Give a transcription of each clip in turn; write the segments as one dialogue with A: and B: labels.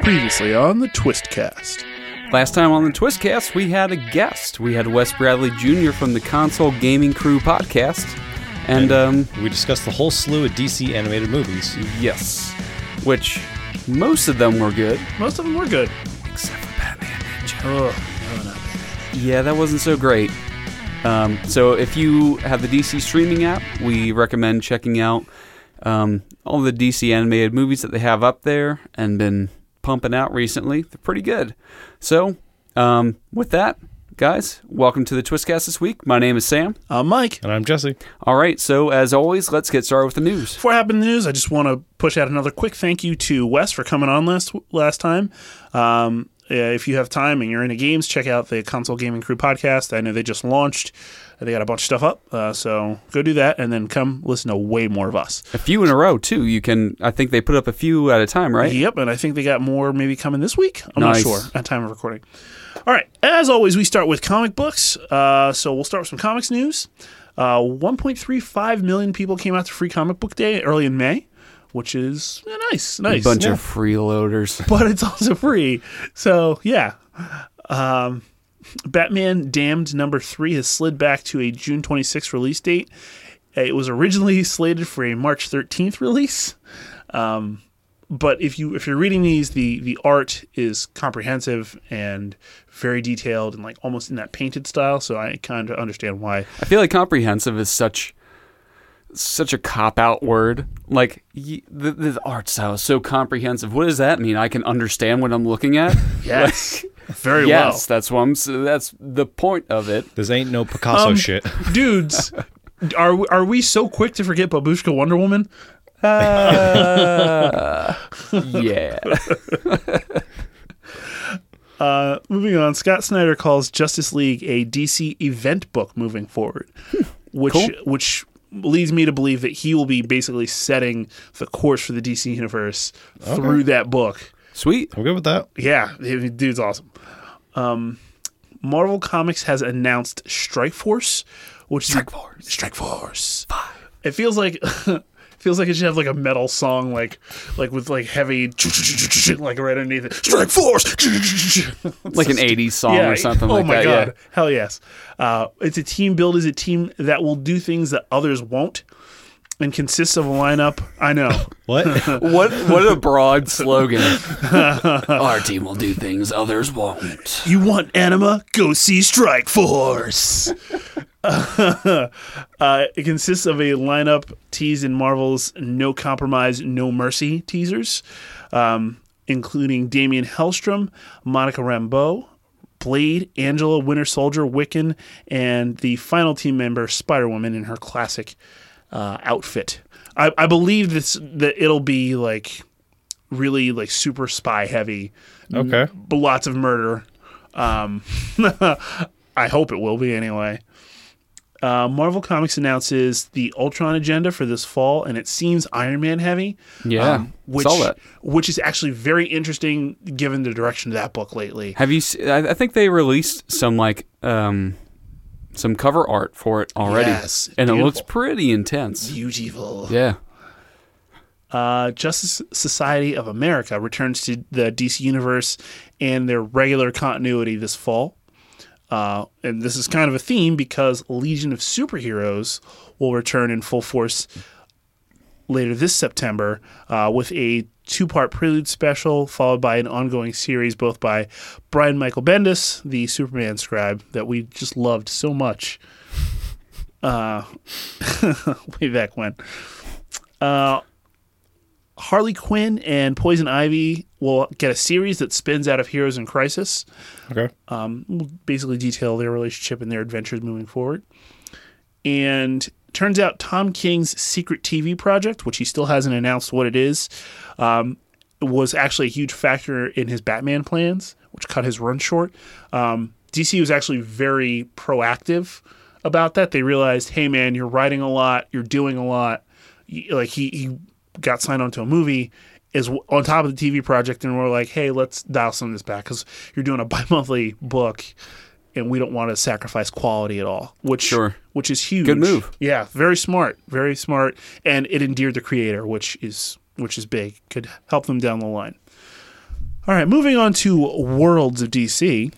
A: Previously on the Twistcast.
B: Last time on the Twistcast, we had a guest. We had Wes Bradley Jr. from the Console Gaming Crew podcast. And, um,
C: We discussed the whole slew of DC animated movies.
B: yes, which most of them were good,
A: Most of them were good.
B: except for Batman Ninja.
A: Ugh.
B: Yeah, that wasn't so great. Um, so if you have the DC streaming app, we recommend checking out um, all the DC animated movies that they have up there and been pumping out recently. They're pretty good. So um, with that, guys, welcome to the Twistcast this week. My name is Sam.
A: Uh, Mike,
C: And I'm Jesse.
B: All right, so as always, let's get started with the news.
A: before I hop in the news, I just want to push out another quick thank you to Wes for coming on last last time. Um, uh, if you have time and you're into games, check out the Console Gaming Crew podcast. I know they just launched. They got a bunch of stuff up, uh, so go do that, and then come listen to way more of us.
B: A few in a row too. You can, I think they put up a few at a time, right?
A: Yep, and I think they got more maybe coming this week. I'm
B: Nice.
A: not sure at time of recording. All right, as always, we start with comic books. Uh, so we'll start with some comics news. Uh, 1.35 million people came out to Free Comic Book Day early in May, which is eh, nice, nice.
B: Bunch
A: Yeah.
B: of freeloaders.
A: but it's also free. So yeah, um, Batman Damned number three has slid back to a June 26th release date. It was originally slated for a March 13th release Um, but if you if you're reading these the the art is comprehensive and very detailed and like almost in that painted style so i kind of understand why
B: I feel like comprehensive is such such a cop out word. Like y- the, the art style is so comprehensive. What does that mean? I can understand what I'm looking at.
A: yes very
B: yes, that's what I'm. s- that's the point of it.
C: This ain't no
A: Um,
C: Picasso shit.
A: well dudes are we- are we so quick to forget babushka wonder woman
B: Uh, Yeah,
A: uh, moving on scott snyder calls justice league a dc event book moving forward which which leads me to believe that he will be basically setting the course for the dc universe through that book
B: sweet.
C: I'm good with that.
A: Yeah, the dude's awesome. Um, Marvel Comics has announced Strike Force, which Strike Force. Strike Force. It feels like feels like it should have like a metal song, like like with like heavy like right underneath it. Strike Force.
B: Like an '80s song or something
A: oh
B: like
A: my
B: that.
A: god.
B: Yeah.
A: Hell yes. Uh, it's a team build is a team that will do things that others won't, and consists of a lineup. I know.
C: What?
B: What what a broad slogan. Our team will do things others won't.
A: You want anima? Go see Strike Force. uh, it consists of a lineup teased in Marvel's No Compromise, No Mercy teasers, um, including Damian Hellstrom, Monica Rambeau, Blade, Angela, Winter Soldier, Wiccan, and the final team member, Spider Woman, in her classic uh, outfit. I, I believe this that it'll be like really like super spy heavy
C: Okay.
A: b- lots of murder. Um, I hope it will be anyway. Uh, Marvel Comics announces the Ultron agenda for this fall, and it seems Iron Man heavy. Um,
B: Yeah,
A: which
B: saw that.
A: which is actually very interesting given the direction of that book lately.
B: Have you? se- I I think they released some like um, some cover art for it already,
A: Yes,
B: and it looks
A: beautiful.
B: pretty intense.
A: Beautiful.
B: Yeah,
A: Uh, Justice Society of America returns to the DC Universe and their regular continuity this fall. Uh, and this is kind of a theme because Legion of Superheroes will return in full force later this September uh, with a two part prelude special, followed by an ongoing series both by Brian Michael Bendis, the Superman scribe that we just loved so much uh, way back when. Harley Quinn and Poison Ivy will get a series that spins out of Heroes in Crisis.
C: Okay.
A: Um, will basically detail their relationship and their adventures moving forward. And turns out Tom King's secret TV project, which he still hasn't announced what it is, um, was actually a huge factor in his Batman plans, which cut his run short. Um, DC was actually very proactive about that. They realized, hey man, you're writing a lot, you're doing a lot. Y- Like he, he got signed onto a movie is w- on top of the TV project, and we're like, hey, let's dial some of this back because you're doing a bi-monthly book, and we don't want to sacrifice quality at all. Which
B: Sure.
A: which is huge.
B: Good move.
A: Yeah, very smart, very smart, and it endeared the creator, which is which is big, could help them down the line. All right, moving on to Worlds of DC.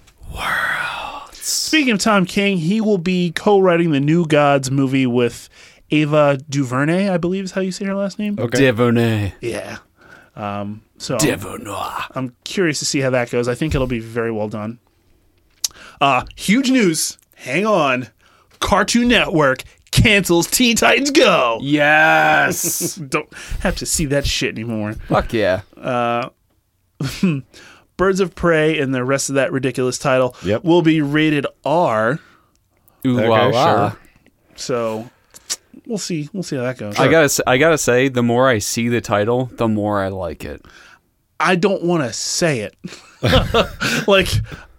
A: Speaking of Tom King, he will be co-writing the New Gods movie with Ava DuVernay, I believe is how you say her last name.
C: Okay.
B: Devonay.
A: Yeah. Um, so
B: Devonoir.
A: I'm curious to see how that goes. I think it'll be very well done. Uh, huge news. Hang on. Cartoon Network cancels Teen Titans Go.
B: Yes.
A: Don't have to see that shit anymore.
B: Fuck yeah.
A: Birds of Prey and the rest of that ridiculous title
C: Yep.
A: will be rated R.
B: Ooh,
C: Okay,
B: wah, wah.
C: sure.
A: So we'll see. We'll see how that goes.
B: I gotta, s- I gotta say, the more I see the title, the more I like it.
A: I don't want to say it. like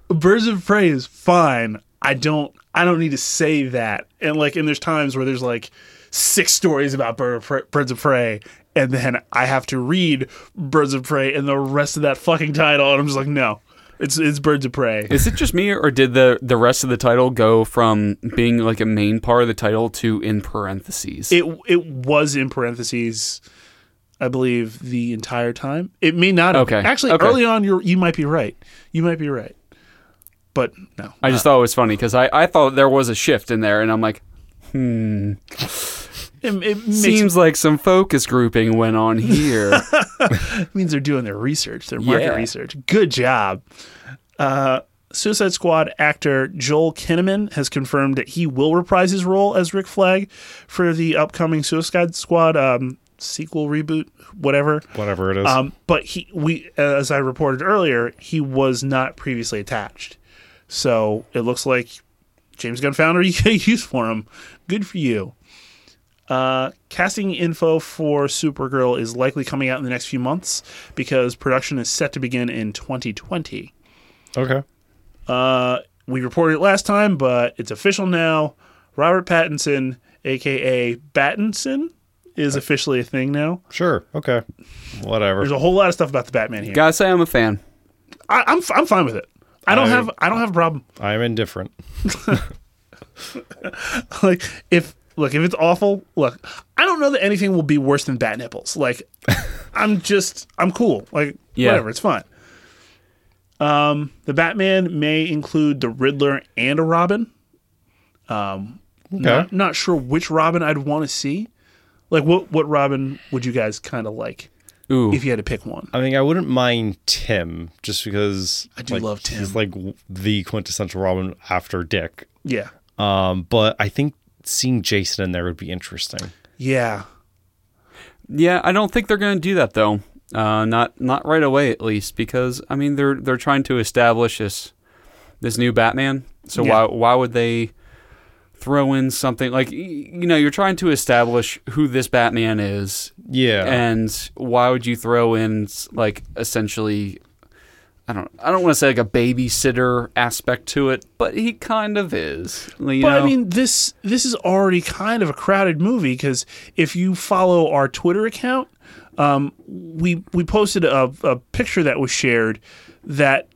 A: Birds of Prey is fine. I don't I don't need to say that. And like and there's times where there's like six stories about Bird of Pre- Birds of Prey and then I have to read Birds of Prey and the rest of that fucking title and I'm just like no. It's it's Birds of Prey.
B: Is it just me, or did the the rest of the title go from being like a main part of the title to in parentheses?
A: It it was in parentheses I believe the entire time. It may not have.
B: Okay,
A: Actually
B: okay.
A: early on you you might be right. You might be right. But no.
B: I just thought it was funny because I, I thought there was a shift in there, and I'm like,
A: It, it makes
B: seems like some focus grouping went on here.
A: means they're doing their research, their market
B: Yeah.
A: research. Good job. Uh, Suicide Squad actor Joel Kinnaman has confirmed that he will reprise his role as Rick Flag for the upcoming Suicide Squad um, sequel, reboot, whatever.
C: Whatever it is.
A: Um, but he, we, as I reported earlier, he was not previously attached, so it looks like James Gunn found a use for him. Good for you. Uh, casting info for Supergirl is likely coming out in the next few months because production is set to begin in 2020.
C: okay.
A: Uh, we reported it last time, but it's official now. Robert Pattinson, aka Battinson, is officially a thing now.
C: Sure. Okay. Whatever.
A: There's a whole lot of stuff about the Batman here.
B: Gotta say, I'm a fan. i
A: I'm f- I'm fine with it. I don't
C: I-
A: have I don't have a problem.
C: I'm indifferent.
A: Like if look if it's awful, look I don't know that anything will be worse than bat nipples. Like I'm just I'm cool. Like
B: Yeah.
A: whatever, it's fine. Um, the Batman may include the Riddler and a Robin.
C: Okay.
A: Not, not sure which Robin I'd want to see. Like what what Robin would you guys kind of like
B: Ooh,
A: if you had to pick one?
C: I mean, I wouldn't mind Tim just because
A: I do
C: like,
A: love Tim.
C: He's like w- the quintessential Robin after Dick.
A: Yeah,
C: Um, but I think seeing Jason in there would be interesting.
A: yeah.
B: yeah, I don't think they're gonna do that though. Uh, not not right away at least, because I mean they're they're trying to establish this this new Batman. So
A: Yeah.
B: why why would they throw in something like y- you know you're trying to establish who this Batman is,
C: Yeah.
B: and why would you throw in s- like essentially? I don't. I don't want to say like a babysitter aspect to it, but he kind of is. you
A: But I
B: know?
A: mean, this this is already kind of a crowded movie because if you follow our Twitter account, um, we we posted a, a picture that was shared that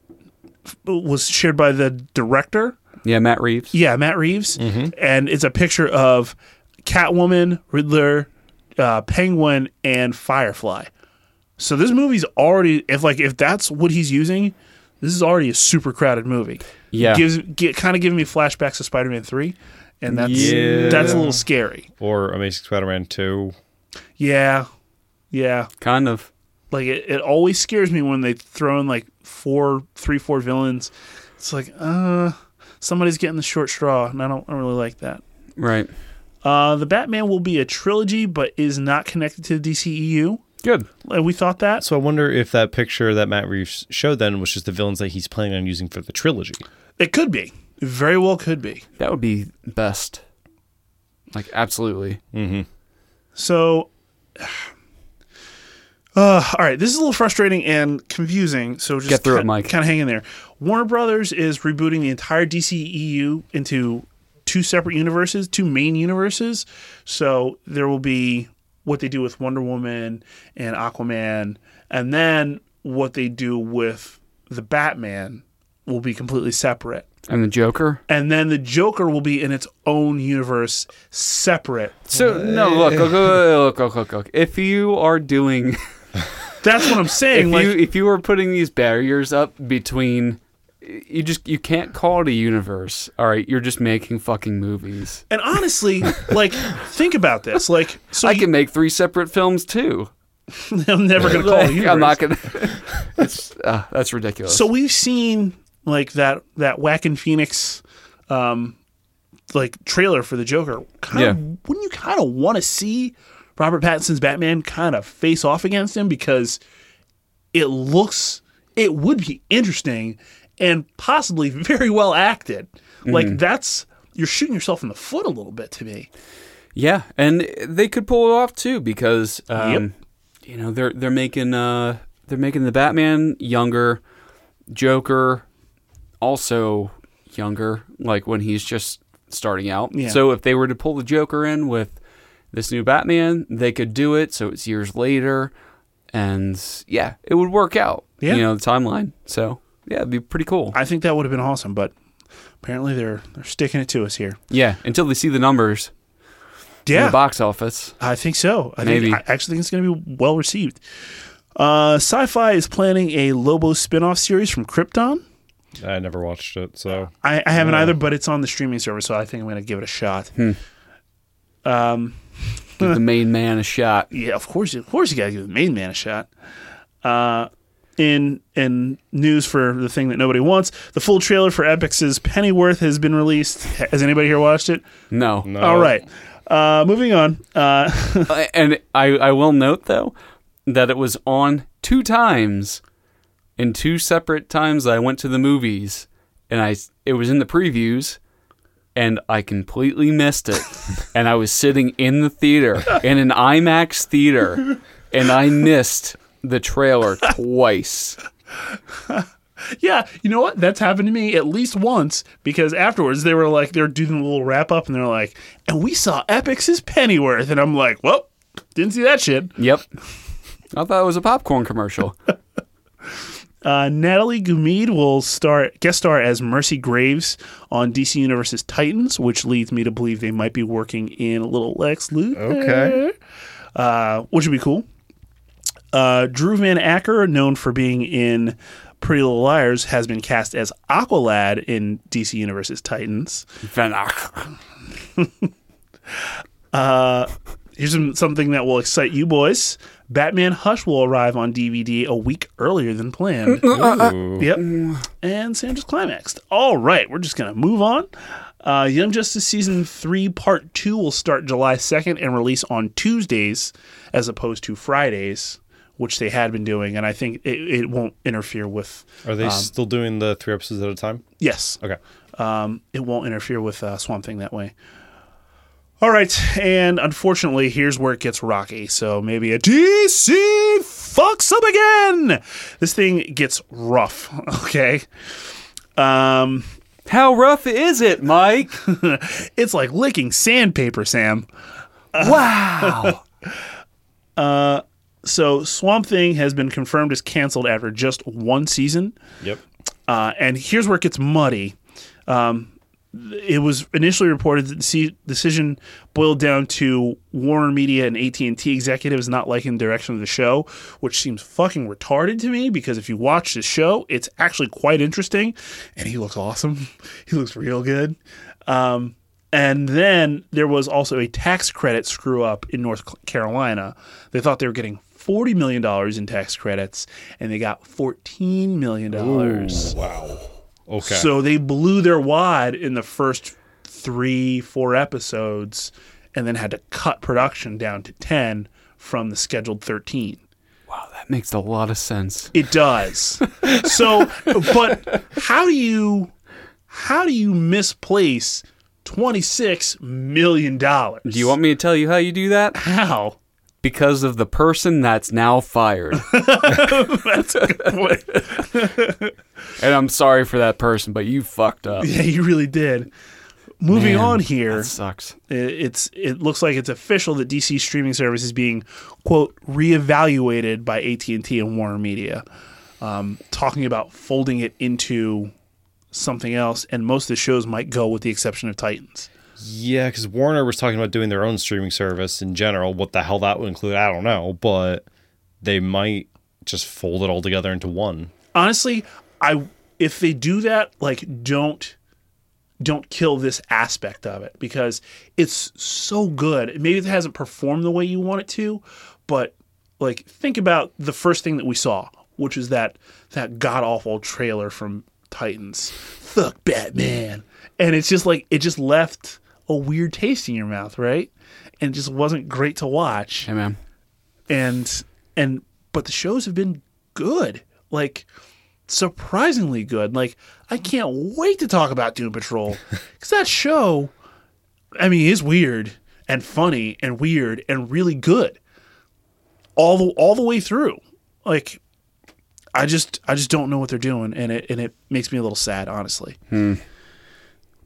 A: f- was shared by the director.
B: yeah, Matt Reeves.
A: Yeah, Matt Reeves, and it's a picture of Catwoman, Riddler, uh, Penguin, and Firefly. So this movie's already if like if that's what he's using, this is already a super crowded movie
B: Yeah.
A: gives get, kind of giving me flashbacks to Spider-Man three, and that's
B: Yeah.
A: that's a little scary.
C: or Amazing Spider-Man Two.
A: Yeah, yeah.
B: Kind of.
A: Like it, it always scares me when they throw in like four, three, four villains. It's like, uh, somebody's getting the short straw, and I don't, I don't really like that.
B: Right.
A: Uh, the Batman will be a trilogy, but is not connected to the DCEU.
B: Good.
A: Like, Uh, we thought that.
C: So I wonder if that picture that Matt Reeves showed then was just the villains that he's planning on using for the trilogy.
A: It could be. It very well could be.
B: That would be best. Like absolutely.
A: So, uh, all right, this is a little frustrating and confusing. So just
B: Get through it,
A: kind,
B: Mike.
A: Kind of hang in there. Warner Brothers is rebooting the entire DCEU into two separate universes, two main universes. So there will be what they do with Wonder Woman and Aquaman, and then what they do with the Batman will be completely separate.
B: And the Joker.
A: And then the Joker will be in its own universe, separate.
B: So no, look, look, look, look, look, look, look. If you are doing,
A: That's what I'm saying.
B: if
A: like,
B: you if you are putting these barriers up between, you just you can't call it a universe. All right, you're just making fucking movies.
A: and honestly, like, think about this. Like, so
B: I
A: you-
B: can make three separate films too.
A: I'm never going to call it a
B: Like,
A: universe.
B: I'm not gonna. it's, uh, that's ridiculous.
A: So we've seen like that that Whackin' Phoenix, um, like trailer for the Joker. Kind
B: Yeah.
A: of, wouldn't you kind of want to see Robert Pattinson's Batman kind of face off against him because it looks it would be interesting and possibly very well acted.
B: Mm-hmm.
A: Like that's you're shooting yourself in the foot a little bit to me.
B: Yeah, and they could pull it off too because um,
A: Yep.
B: you know they're they're making uh, they're making the Batman younger, Joker also younger, like when he's just starting out.
A: Yeah.
B: So if they were to pull the Joker in with this new Batman, they could do it. So it's years later, and yeah, it would work out.
A: Yeah.
B: you know the timeline. So yeah, it'd be pretty cool.
A: I think that would have been awesome, but apparently they're they're sticking it to us here.
B: yeah, until they see the numbers in
A: Yeah.
B: the box office.
A: I think so. I
B: Maybe.
A: Think, I actually think it's going to be well received. Uh, Sci-Fi is planning a Lobo spin-off series from Krypton.
C: I never watched it, so
A: I, I haven't either, but it's on the streaming service, so I think I'm going to give it a shot. Um,
B: Give the main man a shot.
A: yeah, of course, of course, you got to give the main man a shot. Uh, in in news for the thing that nobody wants, the full trailer for Epix's Pennyworth has been released. Has anybody here watched it?
B: No.
C: no.
A: All right. Uh, moving on. Uh,
B: I- and I, I will note though that it was on two times in two separate times I went to the movies and I it was in the previews and I completely missed it and I was sitting in the theater in an IMAX theater and I missed the trailer twice.
A: Yeah, you know what? That's happened to me at least once because afterwards they were like, they were doing a little wrap up and they're like, and we saw Epix's Pennyworth. And I'm like, well, didn't see that shit.
B: Yep. I thought it was a popcorn commercial.
A: Uh, Natalie Gumede will star guest star as Mercy Graves on DC Universe's Titans, which leads me to believe they might be working in a little Lex Luthor.
C: Okay.
A: Uh, which would be cool. Uh, Drew Van Acker, known for being in Pretty Little Liars, has been cast as Aqualad in DC Universe's Titans.
B: Van Gogh.
A: Here's some- something that will excite you boys. Batman Hush will arrive on DVD a week earlier than planned.
C: Ooh.
A: yep. And Sam just climaxed. All right, we're just going to move on. Uh, Young Justice Season 3 Part 2 will start July 2nd and release on Tuesdays as opposed to Fridays, which they had been doing. And I think it, it won't interfere with.
C: Are they still doing the three episodes at a time?
A: Yes.
C: Okay.
A: um, it won't interfere with uh, Swamp Thing that way. All right, and unfortunately, here's where it gets rocky. So maybe a DC fucks up again. This thing gets rough. Okay, um,
B: How rough is it, Mike?
A: it's like licking sandpaper, Sam. Uh,
B: Wow.
A: So Swamp Thing has been confirmed as canceled after just one season.
C: Yep.
A: Uh, and here's where it gets muddy. Um, th- it was initially reported that the deci- decision boiled down to Warner Media and AT and T executives not liking the direction of the show, which seems fucking retarded to me. Because if you watch the show, it's actually quite interesting, and he looks awesome. he looks real good. Um, and then there was also a tax credit screw up in North Cl- Carolina. They thought they were getting forty million dollars in tax credits, and they got fourteen million dollars.
C: Wow. Okay.
A: So they blew their wad in the first three, four episodes, and then had to cut production down to 10 from the scheduled 13.
B: wow, that makes a lot of sense.
A: It does. so, but how do you, how do you misplace 26 million dollars?
B: Do you want me to tell you how you do that?
A: how?
B: Because of the person that's now fired.
A: That's a good point.
B: and I'm sorry for that person, but you fucked up.
A: Yeah, you really did. Moving
B: Man,
A: on here.
B: That sucks.
A: It- it's it looks like it's official that DC streaming service is being quote reevaluated by AT and T and Warner Media, um, talking about folding it into something else, and most of the shows might go with the exception of Titans.
C: Yeah, because Warner was talking about doing their own streaming service in general. What the hell that would include, I don't know, but they might just fold it all together into one.
A: Honestly, I if they do that, like don't don't kill this aspect of it because it's so good. Maybe it hasn't performed the way you want it to, but like think about the first thing that we saw, which is that that god awful trailer from Titans. Fuck Batman. And it's just like it just left a weird taste in your mouth, right? And it just wasn't great to watch
B: Hey, man.
A: and and but the shows have been good like surprisingly good like i can't wait to talk about doom patrol because that show i mean is weird and funny and weird and really good all the all the way through like i just i just don't know what they're doing and it and it makes me a little sad honestly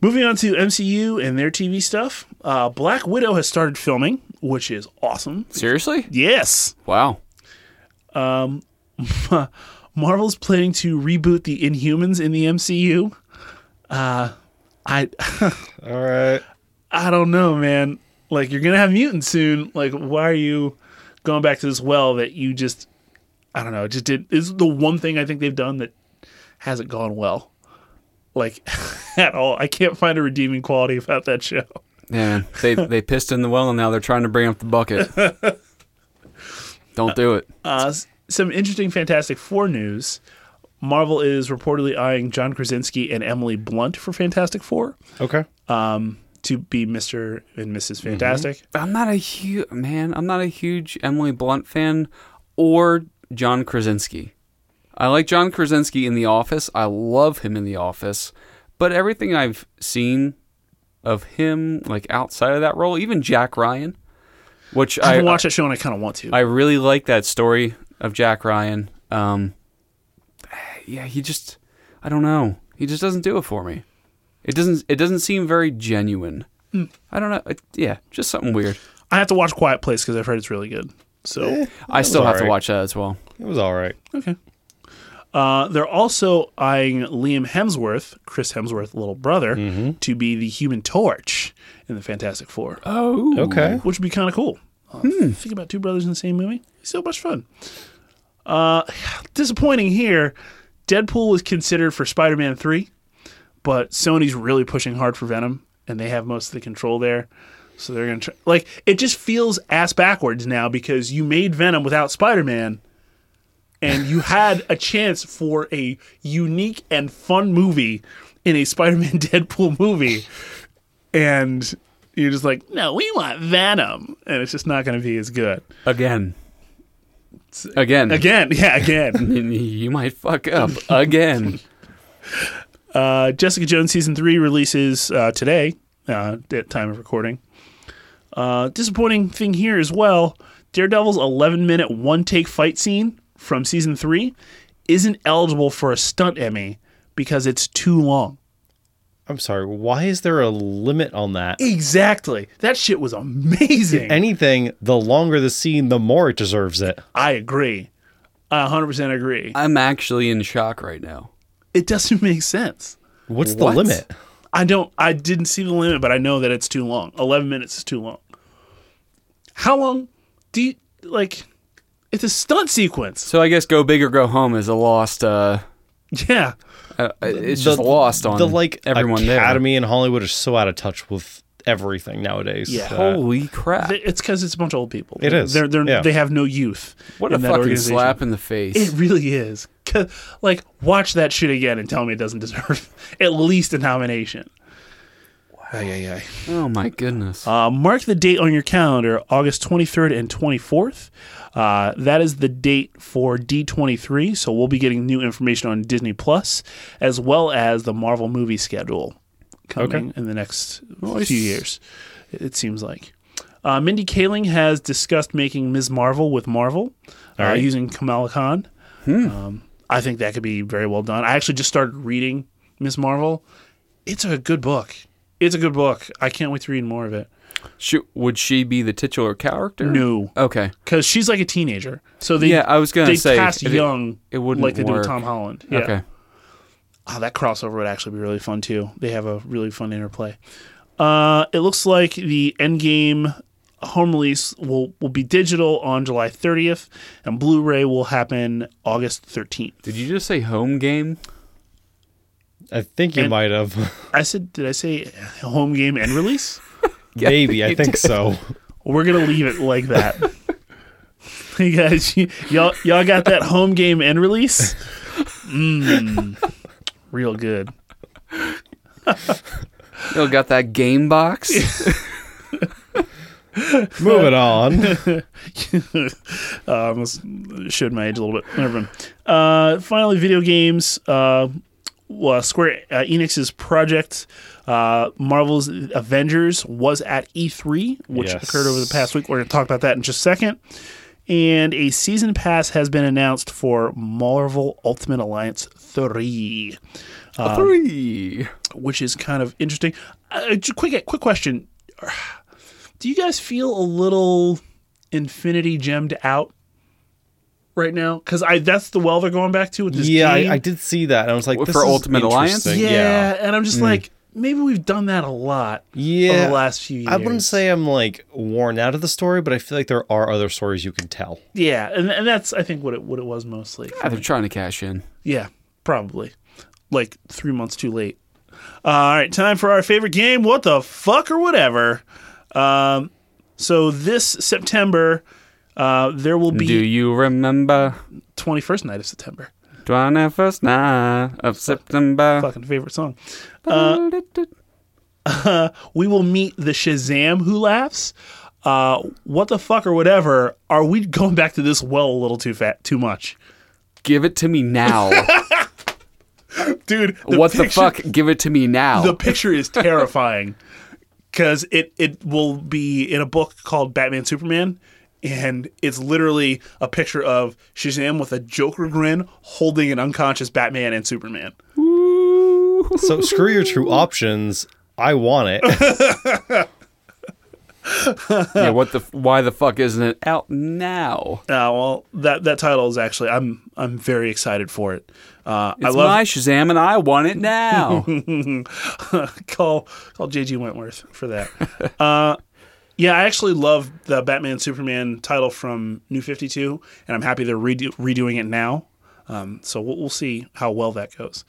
A: Moving on to MCU and their TV stuff, uh, Black Widow has started filming, which is awesome.
B: Seriously?
A: Yes,
B: Wow.
A: Marvel's planning to reboot the Inhumans in the MCU. Uh, I
C: All right.
A: I don't know, man. Like you're gonna have mutants soon. Like why are you going back to this well that you just I don't know. Just did is the one thing I think they've done that hasn't gone well, like at all. I can't find a redeeming quality about that show.
B: Yeah, man. They they pissed in the well and now they're trying to bring up the bucket. Don't do it.
A: Uh, s- some interesting Fantastic Four news. Marvel is reportedly eyeing John Krasinski and Emily Blunt for Fantastic Four.
C: Okay.
A: to be Mr. and Mrs. Fantastic.
B: I'm not a huge man. I'm not a huge Emily Blunt fan or John Krasinski. I like John Krasinski in The Office. I love him in The Office, but everything I've seen of him, like outside of that role, even Jack Ryan, which
A: I
B: I
A: haven't watched that show and I kind of want to.
B: I really like that story of Jack Ryan. Um, yeah, he just I don't know. He just doesn't do it for me. It doesn't it doesn't seem very genuine. I don't know. It, yeah, just something weird.
A: I have to watch Quiet Place because I've heard it's really good. So
B: I still have to
C: alright.
B: watch that as well.
C: It was all right.
A: okay. Uh, they're also eyeing Liam Hemsworth, Chris Hemsworth's little brother, to be the Human Torch in the Fantastic Four,
B: Oh,
C: Okay.
A: which would be kind of cool. Uh, Think about two brothers in the same movie. So much fun. Uh, disappointing here. Deadpool was considered for Spider-Man three, but Sony's really pushing hard for Venom, and they have most of the control there. So they're gonna try. Like it just feels ass backwards now because you made Venom without Spider-Man, and you had a chance for a unique and fun movie in a Spider-Man Deadpool movie, and you're just like, no, we want Venom, and it's just not gonna be as good.
B: Again. Again.
A: Again, yeah, again.
B: You might fuck up again.
A: Uh, Jessica Jones season three releases uh, today uh, at time of recording. Uh, disappointing thing here as well. Daredevil's 11 minute one take fight scene from season three isn't eligible for a stunt Emmy because it's too long.
C: I'm sorry. Why is there a limit on that?
A: Exactly. That shit was amazing.
C: Anything, the longer the scene, the more it deserves it.
A: I agree. I 100% agree.
B: I'm actually in shock right now.
A: It doesn't make sense.
C: What's the
B: What?
C: limit?
A: I don't. I didn't see the limit, but I know that it's too long. Eleven minutes is too long. How long do you like? It's a stunt sequence.
B: So I guess go big or go home is a lost. Uh,
A: Yeah,
B: uh, it's just lost on
C: the like
B: everyone there.
C: Academy in Hollywood are so out of touch with everything nowadays.
A: Yeah.
C: that-
B: Holy crap!
A: They- it's because it's a bunch of old people.
C: It is,
A: They're, they're,
C: yeah.
A: They have no youth.
B: What
A: in
B: a
A: that
B: fucking
A: organization.
B: slap in the face.
A: It really is. 'Cause, Like, watch that shit again and tell me it doesn't deserve at least a nomination. Wow.
B: oh my goodness.
A: Uh, mark the date on your calendar, August 23rd and 24th. Uh, that is the date for D23, so we'll be getting new information on Disney Plus as well as the Marvel movie schedule coming in the next few years. It seems like. Uh, Mindy Kaling has discussed making Ms. Marvel with Marvel uh,
C: right.
A: using Kamala Khan. Um, I think that could be very well done. I actually just started reading Ms. Marvel. It's a good book. It's a good book. I can't wait to read more of it.
B: Sh- would she be the titular character?
A: No,
B: Okay.
A: because she's like a teenager. So they
B: Yeah, I was gonna
A: they
B: say,
A: cast
B: if it-
A: young
B: it wouldn't
A: like they do with
B: work.
A: Tom Holland. Yeah.
B: Okay.
A: Wow, that crossover would actually be really fun too. They have a really fun interplay. Uh, it looks like the Endgame home release will will be digital on July 30th, and Blu-ray will happen August 13th.
B: Did you just say home game?
C: I think you
A: And-
C: might have.
A: I said, did I say home game and release?
C: Maybe I think so.
A: We're gonna leave it like that. you guys, y- y'all, y'all got that home game and release? Mmm, real good.
B: You got that game box?
C: Moving on.
A: uh, I almost showed my age a little bit. Never mind. Uh, finally, video games. Uh, well, Square uh, Enix's project, uh, Marvel's Avengers, was at E3, which
C: Yes.
A: occurred over the past week. We're going to talk about that in just a second. And a season pass has been announced for Marvel Ultimate Alliance 3
B: Um, Three.
A: which is kind of interesting. Uh, j- quick, quick question: Do you guys feel a little Infinity Gemmed out right now? Because I that's the well they're going back to with this
C: yeah,
A: game.
C: I, I did see that. and I was like,
B: What,
C: this
B: for
C: is
B: Ultimate Alliance?
C: interesting.
A: yeah,
C: yeah. Mm.
A: and I'm just like, maybe we've done that a lot over
C: Yeah.
A: the last few years.
C: I wouldn't say I'm like worn out of the story, but I feel like there are other stories you can tell.
A: yeah, and, and that's I think what it what it was mostly.
B: Ah, they're trying to cash in.
A: Yeah, probably. Like three months too late. Uh, all right, time for our favorite game. What the fuck or whatever. Um, so this September, uh, there will
B: Do
A: be
B: you remember
A: twenty first night of September.
B: 21st night of September?
A: Fucking favorite song. Uh, We will meet the Shazam who laughs. Uh, what the fuck or whatever. Are we going back to this well a little too fat, too much,
B: Give it to me now.
A: dude?
B: what the
A: picture-
B: fuck? Give it to me now.
A: the picture is terrifying because it, it will be in a book called Batman Superman. And it's literally a picture of Shazam with a Joker grin holding an unconscious Batman and Superman.
C: So screw your true options. I want it.
B: yeah, what the? f- Why the fuck isn't it out now?
A: Uh, well, that that title is actually I'm I'm very excited for it. Uh, I
B: It's
A: love
B: my Shazam, and I want it now.
A: call call JG Wentworth for that. uh, yeah, I actually love the Batman Superman title from New Fifty Two, and I'm happy they're redo- redoing it now. Um, so we'll, we'll see how well that goes.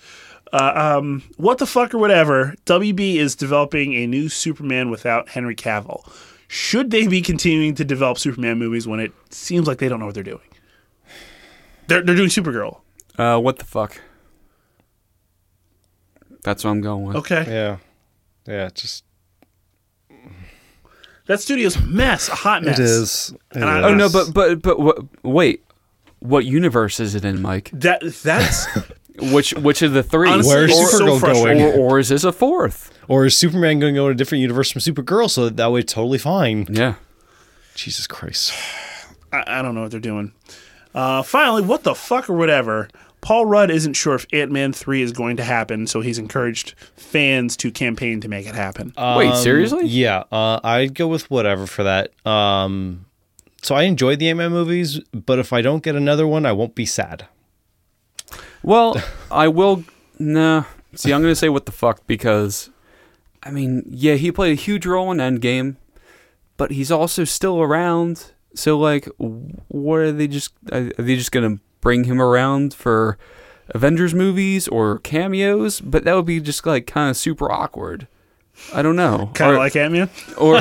A: Uh, um, what the fuck or whatever. WB is developing a new Superman without Henry Cavill. Should they be continuing to develop Superman movies when it seems like they don't know what they're doing? They're they're doing Supergirl.
B: uh, what the fuck? That's what I'm going with.
A: Okay.
C: yeah. Yeah, just
A: That studio's a mess, a hot mess.
C: it is. It
A: I-
B: Oh no,
C: is.
B: but but but wha- wait. What universe is it in, Mike?
A: That that's
B: Which which of the three?
A: Honestly,
C: Where's
A: it's so
C: Supergirl
A: frustrating.
C: going?
B: or, or is this a fourth?
C: Or is Superman going to go in a different universe from Supergirl? So that, that way, it's totally fine.
B: Yeah.
C: Jesus Christ.
A: I, I don't know what they're doing. Uh, finally, what the fuck or whatever. Paul Rudd isn't sure if Ant Man three is going to happen, so he's encouraged fans to campaign to make it happen.
B: wait,
C: Um,
B: seriously?
C: Yeah, uh, I'd go with whatever for that. Um, so I enjoyed the Ant Man movies, but if I don't get another one, I won't be sad.
B: Well, I will. Nah. See, I'm going to say what the fuck because, I mean, yeah, he played a huge role in Endgame, but he's also still around. So, like, w- what are they just? Are are they just going to bring him around for Avengers movies or cameos? But that would be just like kind of super awkward. I don't know.
A: Kind
B: Or-
A: of like Ant Man.
B: or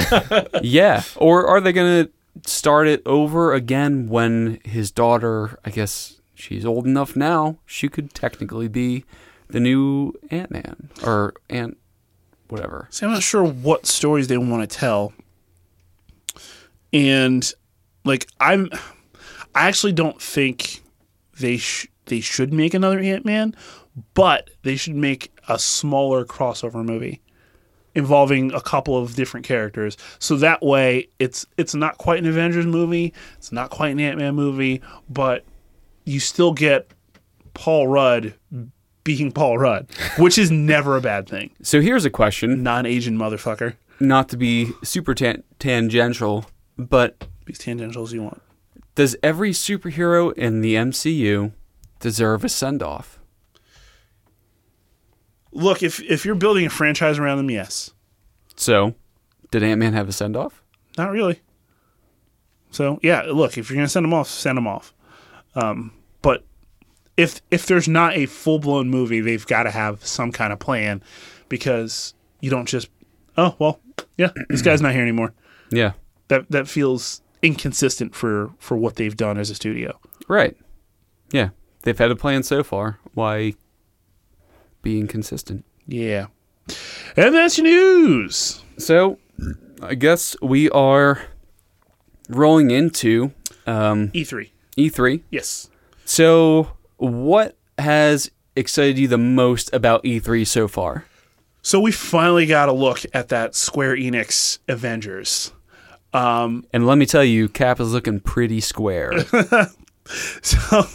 B: yeah or are they gonna start it over again when his daughter i guess she's old enough now she could technically be the new ant-man or ant whatever
A: See, I'm not sure what stories they want to tell, and like I'm, I actually don't think they sh- they should make another Ant Man, but they should make a smaller crossover movie involving a couple of different characters. So that way, it's it's not quite an Avengers movie, it's not quite an Ant Man movie, but you still get Paul Rudd being Paul Rudd, which is never a bad thing.
B: so here's a question
A: Non-Asian motherfucker.
B: not to be super tan- tangential but
A: Be as tangential as you want.
B: does every superhero in the mcu deserve a send-off
A: Look, if if you're building a franchise around them, yes.
B: So, did Ant Man have a send off?
A: Not really. So yeah, look, if you're gonna send them off, send them off. Um, but if if there's not a full blown movie, they've got to have some kind of plan because you don't just oh well yeah this guy's not here anymore.
B: Yeah.
A: That that feels inconsistent for for what they've done as a studio.
B: Right. Yeah. They've had a plan so far. Why be inconsistent?
A: Yeah, and that's your news.
B: So, I guess we are rolling into um,
A: E3.
B: E3.
A: E Yes.
B: So, what has excited you the most about E3 so far?
A: So we finally got a look at that Square Enix Avengers.
B: And let me tell you, Cap is looking pretty square.
A: So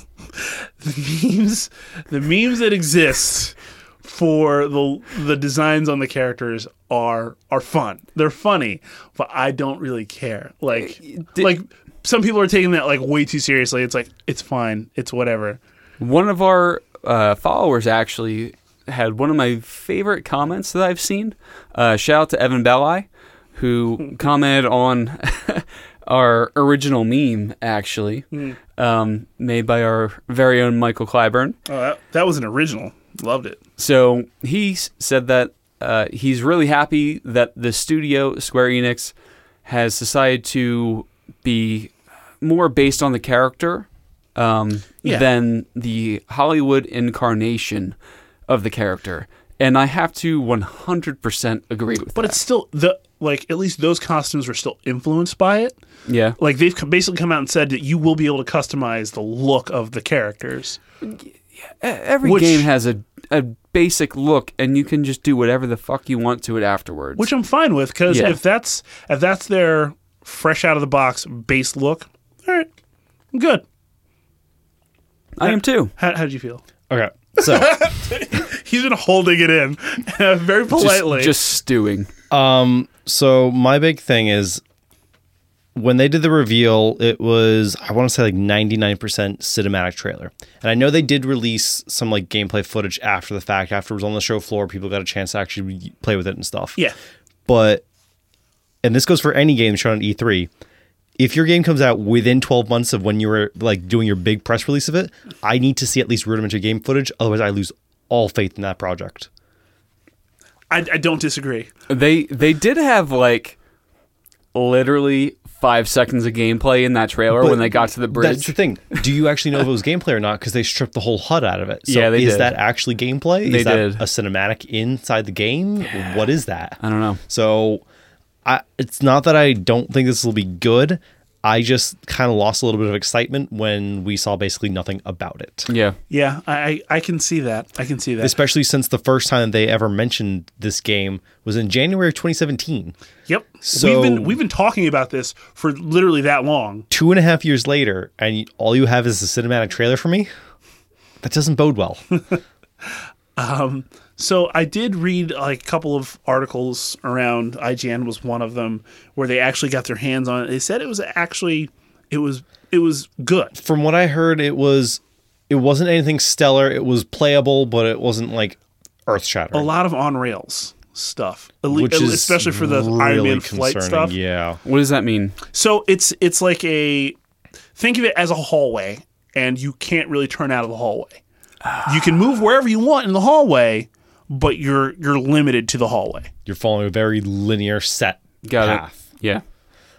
A: the memes, the memes that exist for the the designs on the characters are are fun. They're funny, but I don't really care. Like
B: did-
A: like some people are taking that like way too seriously. It's like it's fine. It's whatever.
B: one of our uh, followers actually had one of my favorite comments that I've seen. Uh, shout out to Evan Belli, who commented on our original meme, actually, um, made by our very own Michael Clyburn.
A: Oh, that, that was an original. Loved it.
B: So he s- said that uh, he's really happy that the studio Square Enix has decided to be more based on the character um,
A: Yeah.
B: than the Hollywood incarnation of the character. And I have to 100% agree with
A: But
B: that.
A: it's still the like at least those costumes were still influenced by it.
B: yeah.
A: Like they've co- basically come out and said that you will be able to customize the look of the characters.
B: Every
A: which-
B: game has a, a basic look, and you can just do whatever the fuck you want to it afterwards.
A: which I'm fine with because
B: Yeah.
A: if that's if that's their fresh out of the box base look, all right, I'm good.
B: I am too.
A: How how did you feel?
C: Okay, so
A: He's been holding it in uh, very
B: Just-
A: politely.
B: just stewing.
C: um, so my big thing is when they did the reveal, it was I want to say like ninety nine percent cinematic trailer, and I know they did release some like gameplay footage after the fact. After it was on the show floor, people got a chance to actually play with it and stuff.
A: yeah,
C: but and this goes for any game shown on E3. If your game comes out within 12 months of when you were like doing your big press release of it, I need to see at least rudimentary game footage. Otherwise, I lose all faith in that project.
A: I, I don't disagree.
B: They they did have like literally five seconds of gameplay in that trailer
C: But
B: when they got to the
C: That's
B: bridge.
C: the thing. Do you actually know if it was gameplay or not? Because they stripped the whole HUD out of it. So
B: Yeah, they
C: is
B: did.
C: that actually gameplay?
B: They
C: is that
B: did.
C: a cinematic inside the game? What is that?
B: I don't know.
C: So I, it's not that I don't think this will be good. I just kind of lost a little bit of excitement when we saw basically nothing about it.
B: Yeah,
A: Yeah, I I I can see that. I can see that.
C: especially since the first time they ever mentioned this game was in January of 2017.
A: yep.
C: So-
A: we've been we've been talking about this for literally that long.
C: Two and a half years later, and all you have is a cinematic trailer for me. That doesn't bode well.
A: Um, So I did read like a couple of articles around IGN was one of them where they actually got their hands on it. They said it was actually it was it was good.
C: From what I heard, it was it wasn't anything stellar. It was playable, but it wasn't like earth
A: a
C: shattering.
A: lot of on rails stuff, at le-
C: Which
A: at-
C: is
A: especially for the
C: really
A: Iron Man flight
C: concerning,
A: stuff.
C: Yeah,
B: what does that mean?
A: So it's it's like a think of it as a hallway, and you can't really turn out of the hallway. You can move wherever you want in the hallway, but you're you're limited to the hallway.
C: you're following a very linear set
B: Got
C: path. Um,
B: it. Yeah,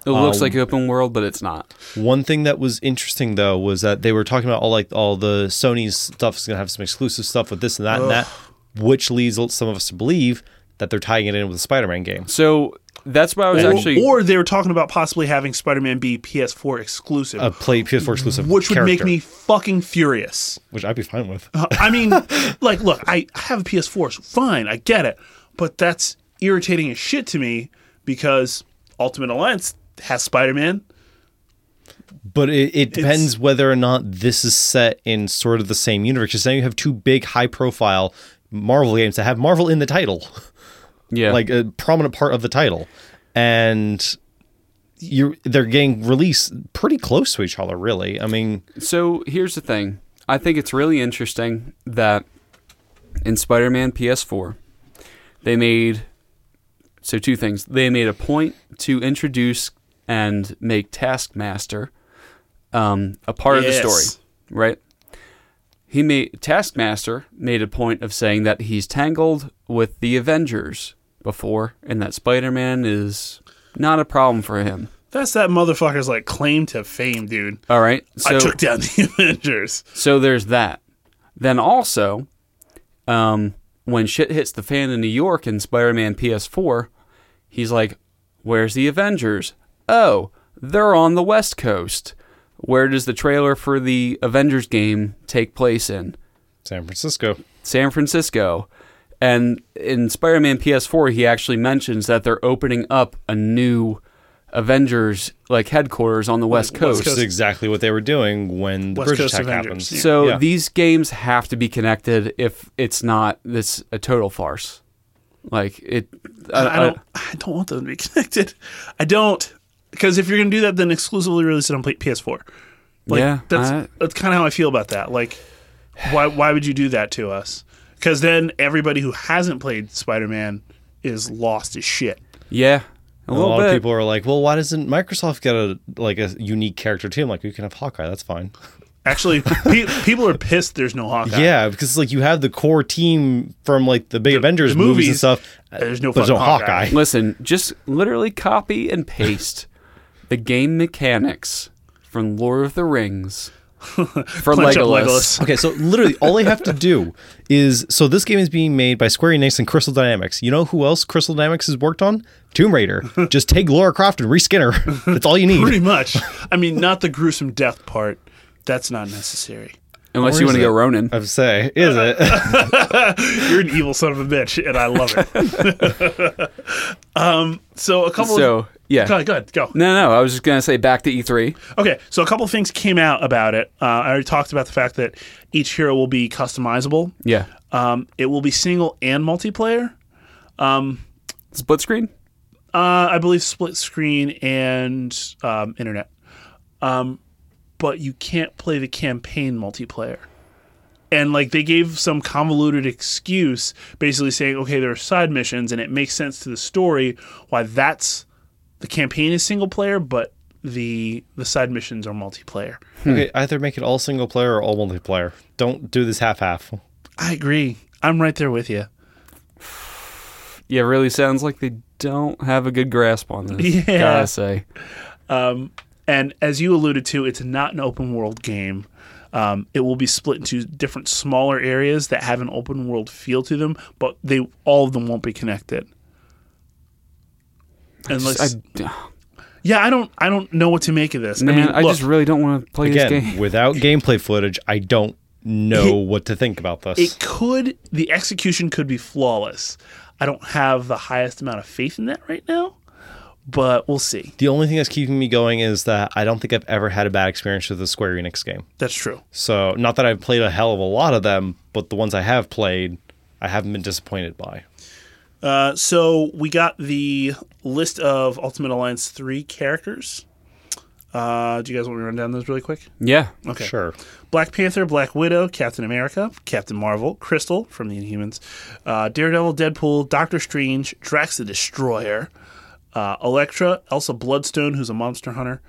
B: it looks like open world, but it's not.
C: One thing that was interesting though was that they were talking about all like all the Sony's stuff is gonna have some exclusive stuff with this and that and that, which leads some of us to believe that they're tying it in with the Spider-Man game.
B: So that's why I was
A: Or,
B: actually.
A: or they were talking about possibly having Spider-Man be PS4 exclusive,
C: A play PS4 exclusive,
A: which would make
C: character,
A: me fucking furious.
C: which I'd be fine with.
A: I mean, like, look, I I have a PS4, so fine, I get it, but that's irritating as shit to me because Ultimate Alliance has Spider Man.
C: But it, it depends whether or not this is set in sort of the same universe. Because now you have two big, high-profile Marvel games that have Marvel in the title.
B: yeah,
C: like a prominent part of the title, and you're they're getting released pretty close to each other. Really, I mean,
B: So here's the thing. I think it's really interesting that and Spider Man PS4, they made so two things. They made a point to introduce and make Taskmaster um, a part of the
A: Yes.
B: story, right? He made Taskmaster made a point of saying that he's tangled with the Avengers before, and that Spider Man is not a problem for him.
A: That's that motherfucker's like claim to fame, dude.
B: All right, so
A: I took down the Avengers.
B: So there's that. Then also, um, when shit hits the fan in New York in Spider Man PS4, he's like, Where's the Avengers? Oh, they're on the West Coast. Where does the trailer for the Avengers game take place in?
C: San Francisco.
B: San Francisco. And in Spider Man PS4, he actually mentions that they're opening up a new Avengers like headquarters on the West Coast.
C: Which is exactly what they were doing when the
A: West
C: bridge
A: Coast
C: attack
A: Avengers,
C: happens.
A: yeah.
B: So
C: Yeah.
B: these games have to be connected. If it's not, this a total farce. Like it, I,
A: I don't. I don't want them to be connected. I don't. Because if you're gonna do that, then exclusively release it on pla- PS4. Like,
B: Yeah,
A: that's
B: I-
A: that's kind of how I feel about that. Like, why why would you do that to us? Because then everybody who hasn't played Spider-Man is lost as shit.
B: yeah, a
C: And a
B: little
C: lot
B: bit.
C: of people are like, "Well, why doesn't Microsoft get a like a unique character too?" I'm like, "You can have Hawkeye. That's fine."
A: Actually, pe- people are pissed. There's no Hawkeye.
C: Yeah, because it's like you have the core team from like the big Avengers
A: the
C: movies, and
A: movies, uh,
C: stuff.
A: there's no
C: but there's no
A: fucking
C: Hawkeye.
A: Hawkeye.
B: Listen, just literally copy and paste the game mechanics from Lord of the Rings from
A: Punch up
B: Legolas.
C: okay, so literally all they have to do is so this game is being made by Square Enix and Crystal Dynamics. You know who else Crystal Dynamics has worked on? Tomb Raider. Just take Laura Croft and reskin her. That's all you need.
A: pretty much. I mean, not the gruesome death part. That's not necessary.
B: Unless
C: Or
B: you
C: is
B: want to
C: it?
B: go Ronin.
C: I would say, is it?
A: You're an evil son of a bitch, and I love it. um, so a couple.
B: So
A: of,
B: yeah,
A: go ahead, go ahead, go.
B: no, no. I was just gonna say back to E E3.
A: Okay, so a couple of things came out about it. Uh, I already talked about the fact that each hero will be customizable.
B: Yeah,
A: Um, it will be single and multiplayer.
B: split screen.
A: Uh, I believe split screen and um, internet. Um, but you can't play the campaign multiplayer. And like they gave some convoluted excuse, basically saying, okay, there are side missions, and it makes sense to the story why that's the campaign is single player, but the the side missions are multiplayer.
C: okay, either make it all single player or all multiplayer. Don't do this half half.
A: I agree. I'm right there with you.
B: Yeah, really sounds like they don't have a good grasp on this.
A: Yeah.
B: gotta say.
A: And as you alluded to, it's not an open world game. Um, it will be split into different smaller areas that have an open world feel to them, but they all of them won't be connected. Unless,
B: Just- I-
A: yeah, I don't, I don't know what to make of this.
B: Man, I,
A: I mean, look,
B: just really don't want to play this
C: Again,
B: game.
C: without gameplay footage, I don't know what to think about this.
A: it could, the execution could be flawless. I don't have the highest amount of faith in that right now, but we'll see.
C: the only thing that's keeping me going is that I don't think I've ever had a bad experience with a Square Enix game.
A: That's true.
C: So, not that I've played a hell of a lot of them, but the ones I have played, I haven't been disappointed by.
A: Uh, so we got the list of Ultimate Alliance three characters. Uh, do you guys want me to run down those really quick?
B: Yeah.
A: Okay.
C: Sure.
A: Black Panther, Black Widow, Captain America, Captain Marvel, Crystal from the Inhumans, uh, Daredevil, Deadpool, Doctor Strange, Drax the Destroyer, uh, Elektra, Elsa Bloodstone, who's a monster hunter,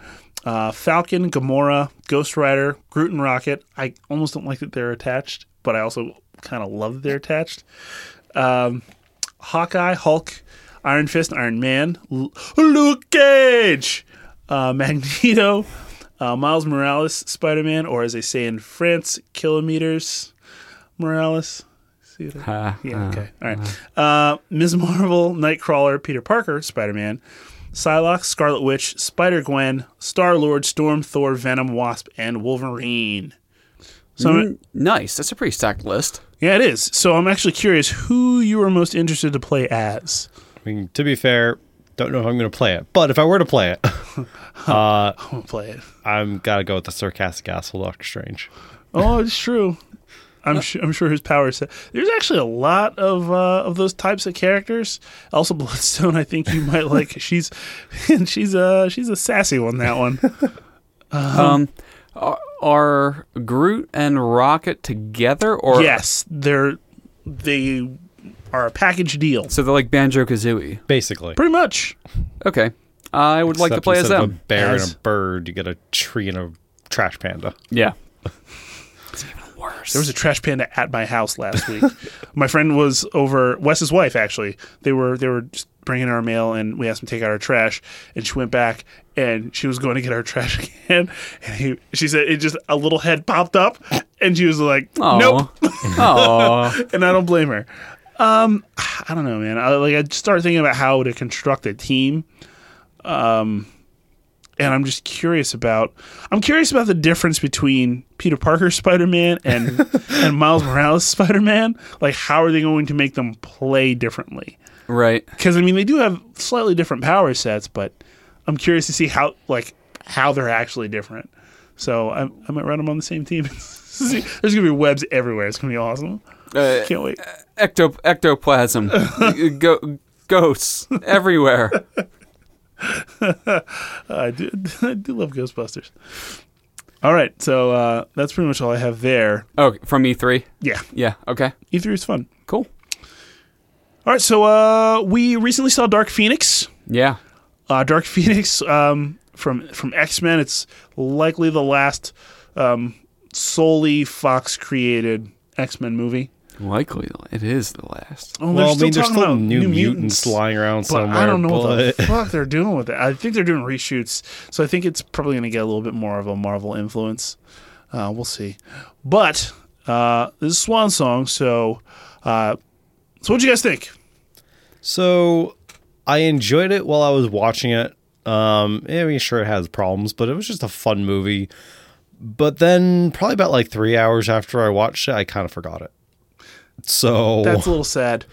A: uh, Falcon, Gamora, Ghost Rider, Groot and Rocket. I almost don't like that they're attached, but I also kind of love that they're attached. Um, Hawkeye, Hulk, Iron Fist, Iron Man, L- Luke Cage, uh, Magneto, uh, Miles Morales, Spider Man, or as they say in France, Kilometers Morales. See that?
B: Ha,
A: Yeah.
B: ha.
A: Okay. All right. Uh, Ms. Marvel, Nightcrawler, Peter Parker, Spider Man, Psylocke, Scarlet Witch, Spider Gwen, Star Lord, Storm, Thor, Venom, Wasp, and Wolverine. So uh, I'm-
B: Mm, nice. That's a pretty stacked list.
A: yeah, it is. So I'm actually curious who you were most interested to play as.
C: I mean, to be fair, don't know if I'm going to play it, but if I were to play it,
A: I'm gonna play it.
C: I'm got to go with the sarcastic asshole Doctor Strange.
A: Oh, it's true. I'm sure. I'm sure his powers. There's actually a lot of uh, of those types of characters. Elsa Bloodstone, I think you might like. She's and she's a she's a sassy one. That one.
B: Um, are, are Groot and Rocket together, or
A: yes, they're they are a package deal,
B: So they're like Banjo Kazooie.
C: Basically,
A: pretty much.
B: Okay. I would like to
C: Except
B: play as
C: instead of
B: them.
C: A bear
A: As-
C: and a bird. You get a tree and a trash panda.
B: Yeah. it's even worse.
A: There was a trash panda at my house last week. my friend was over Wes's wife actually. They were they were just bringing our mail and we asked them to take out our trash and she went back and she was going to get our trash again and he, she said it just a little head popped up and she was like
B: Aw.
A: nope
B: Aw.
A: and I don't blame her. Um, I don't know, man. I, like I start thinking about how to construct a team, um, and I'm just curious about. I'm curious about the difference between Peter Parker Spider Man and and Miles Morales Spider Man. Like, how are they going to make them play differently?
B: right.
A: Because I mean, they do have slightly different power sets, but I'm curious to see how like how they're actually different. So I, I might run them on the same team. There's gonna be webs everywhere. It's gonna be awesome.
B: Uh,
A: Can't wait.
B: ecto- ectoplasm. Go- ghosts everywhere.
A: I do, I do love Ghostbusters. All right, so uh, that's pretty much all I have there.
B: Oh, from E3.
A: Yeah,
B: Yeah. Okay.
A: E3 is fun.
B: Cool.
A: All right, so uh, we recently saw Dark Phoenix.
B: Yeah.
A: Uh, Dark Phoenix um, from from X Men. It's likely the last um, solely Fox created X Men movie.
B: Likely it is the last.
A: Oh,
C: well, I mean, there's still new, mutants, lying around
A: but
C: somewhere.
A: I don't know what
C: but-
A: the fuck they're doing with it. I think they're doing reshoots, so I think it's probably going to get a little bit more of a Marvel influence. Uh, we'll see. But uh, this is Swan Song, so uh, so what do you guys think?
C: So I enjoyed it while I was watching it. Um, I mean, sure, it has problems, but it was just a fun movie. But then, probably about like three hours after I watched it, I kind of forgot it. So
A: That's a little sad.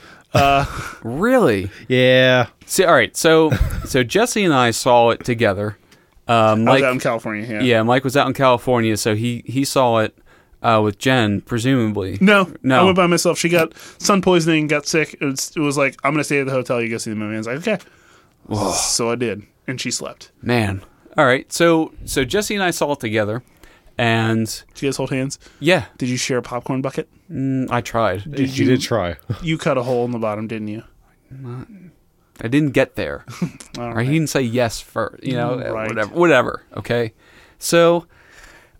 B: Really?
C: yeah,
B: See, all right. So, so Jesse and I saw it together. Um,
A: I was
B: Mike,
A: out in California. Yeah.
B: yeah, Mike was out in California, so he he saw it uh, with Jen, presumably.
A: No,
B: No.
A: I went by myself. She got sun poisoning, got sick. It was, it was like I'm gonna stay at the hotel. You go see the movie. I was like, okay. So I did, and she slept.
B: Man. All right. So, so Jesse and I saw it together, and
A: Did you guys hold hands?
B: yeah,
A: Did you share a popcorn bucket?
B: mm, I tried.
A: Did
C: you did try.
A: You cut a hole in the bottom, didn't you?
B: I didn't get there.
A: All
B: Or he didn't say yes first. You know,
A: Mm, Right.
B: whatever. Whatever. Okay. So,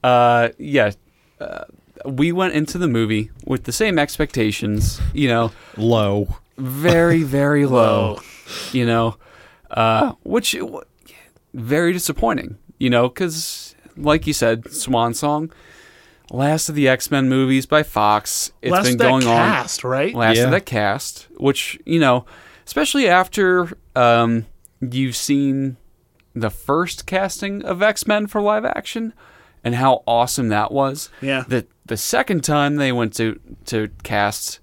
B: uh, yeah, uh, we went into the movie with the same expectations. You know,
C: Low.
B: very very low. You know, uh, which w- very disappointing. You know, because like you said, Swan Song, last of the X Men movies by Fox. It's
A: Last
B: been
A: that
B: going on
A: cast, right?
B: last
C: Yeah.
B: of that cast, which you know, especially after um, you've seen the first casting of X Men for live action, and how awesome that was.
A: Yeah.
B: The the second time they went to to cast,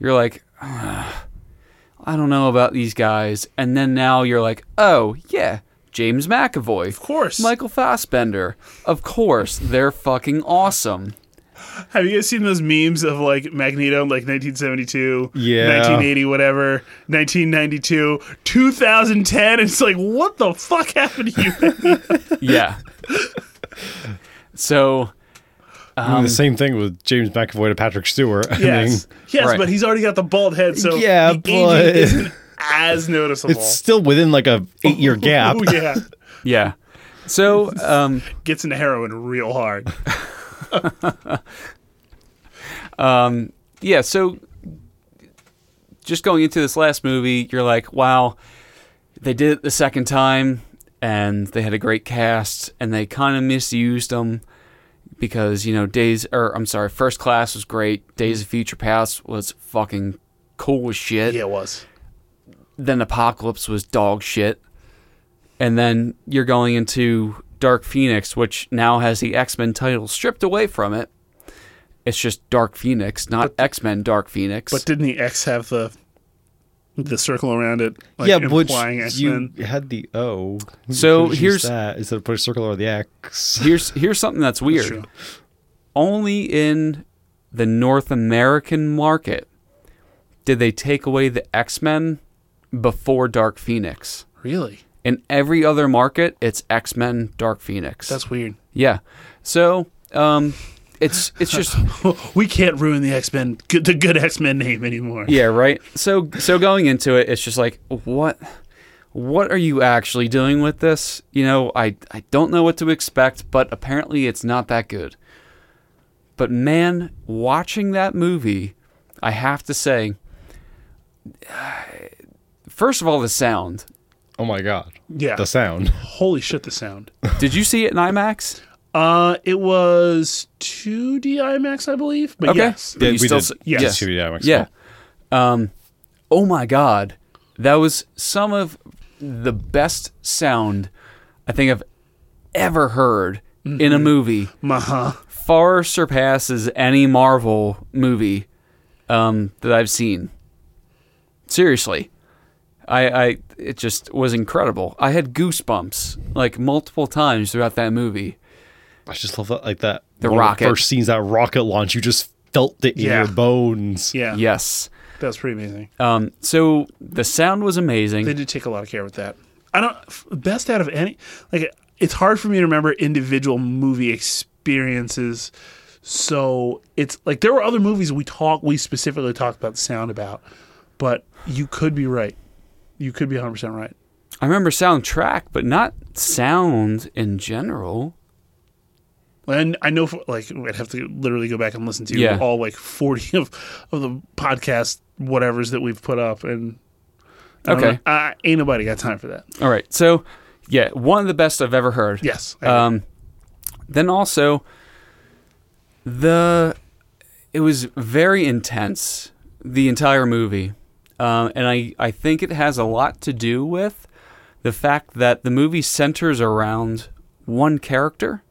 B: you're like, "Ah, I don't know about these guys, and then now you're like, oh yeah, James McAvoy, of
A: course.
B: Michael Fassbender, of course, they're fucking awesome.
A: Have you guys seen those memes of like Magneto, like 1972,
C: Yeah.
A: 1980, whatever, 1992, 2010? It's like, what the fuck happened to you?
B: Yeah. so.
C: I mean, the same thing with James McAvoy to Patrick Stewart. I
A: Um, yes,
C: mean,
A: yes,
B: Right.
A: but he's already got the bald head, so
C: Yeah,
A: the
C: but-
A: aging isn't as noticeable.
C: it's still within like a eight year gap.
A: Oh yeah,
B: Yeah. So, um,
A: gets into heroin real hard.
B: um, yeah. So, just going into this last movie, you're like, wow, they did it the second time, and they had a great cast, and they kind of misused them because you know days or I'm sorry, First Class was great, Days of Future Past was fucking cool as shit.
A: Yeah, it was.
B: then Apocalypse was dog shit. And then you're going into Dark Phoenix, which now has the X Men title stripped away from it. It's just Dark Phoenix, not X Men Dark Phoenix.
A: But didn't the X have the the circle around it? Like
C: yeah, which
A: implying X-Men?
C: you had the O. You
B: So
C: could've used
B: here's-
C: that instead of put a circle over the X.
B: here's here's something that's weird.
A: true.
B: Only in the North American market did they take away the X Men before Dark Phoenix.
A: Really?
B: In every other market, it's X Men Dark Phoenix.
A: That's weird.
B: Yeah. So, um, it's it's just
A: we can't ruin the X Men, the good X Men name anymore.
B: yeah, right. So so going into it, it's just like what what are you actually doing with this? You know, I I don't know what to expect, but apparently it's not that good. But man, watching that movie, I have to say first of all the sound.
C: Oh my god.
A: Yeah.
C: The sound.
A: Holy shit, the sound.
B: Did you see it in IMAX?
A: Uh, it was 2D IMAX, I believe. But
B: Okay.
A: yes,
B: But you
C: we
B: still s-
C: did.
A: Yes.
C: Just two dynamics.
B: Yeah. Um, oh my God, that was some of the best sound I think I've ever heard in a movie.
A: uh-huh.
B: Far surpasses any Marvel movie um, that I've seen. Seriously, I, I it just was incredible. I had goosebumps like multiple times throughout that movie.
C: I just love that like that
B: The
C: one of
B: rocket.
C: first scenes that rocket launch, you just felt it in
A: Yeah.
C: your bones.
A: yeah, yeah,
B: Yes.
A: that was pretty amazing.
B: Um, so the sound was amazing.
A: They did take a lot of care with that. I don't f- best out of any like it's hard for me to remember individual movie experiences. So it's like there were other movies we talk we specifically talked about the sound about, but you could be right. You could be 100% right.
B: I remember soundtrack, but not sound in general.
A: And I know, for, like, I'd have to literally go back and listen to
B: Yeah.
A: all like forty of, of the podcast whatevers that we've put up, and I don't
B: Okay.
A: know. I, ain't nobody got time for that.
B: All right. So, yeah, one of the best I've ever heard.
A: Yes, I agree.
B: Um, then also, the it was very intense the entire movie, um, and I I think it has a lot to do with the fact that the movie centers around one character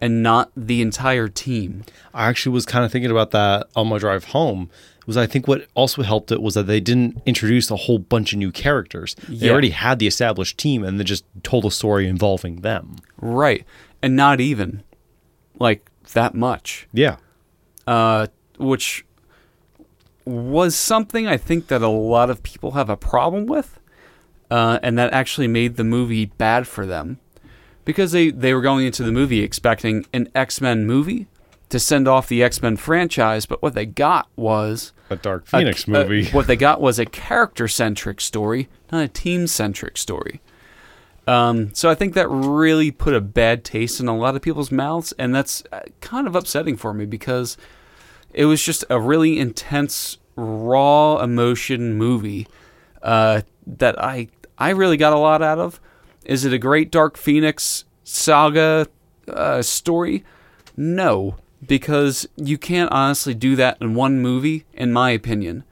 B: and not the entire team.
C: I actually was kind of thinking about that on my drive home. Was I think what also helped it was that they didn't introduce a whole bunch of new characters. They
B: Yeah.
C: already had the established team and they just told a story involving them.
B: Right. And not even like that much.
C: Yeah.
B: uh, which was something I think that a lot of people have a problem with, uh, and that actually made the movie bad for them because they, they were going into the movie expecting an X Men movie to send off the X Men franchise, but what they got was
C: A Dark
B: a- uh,
C: Phoenix
B: a-
C: movie.
B: what they got was a character centric story, not a team centric story. Um, so I think that really put a bad taste in a lot of people's mouths, and that's uh, kind of upsetting for me because it was just a really intense, raw emotion movie uh, that I I really got a lot out of. Is it a great Dark Phoenix saga uh, story? No, because you can't honestly do that in one movie, in my opinion.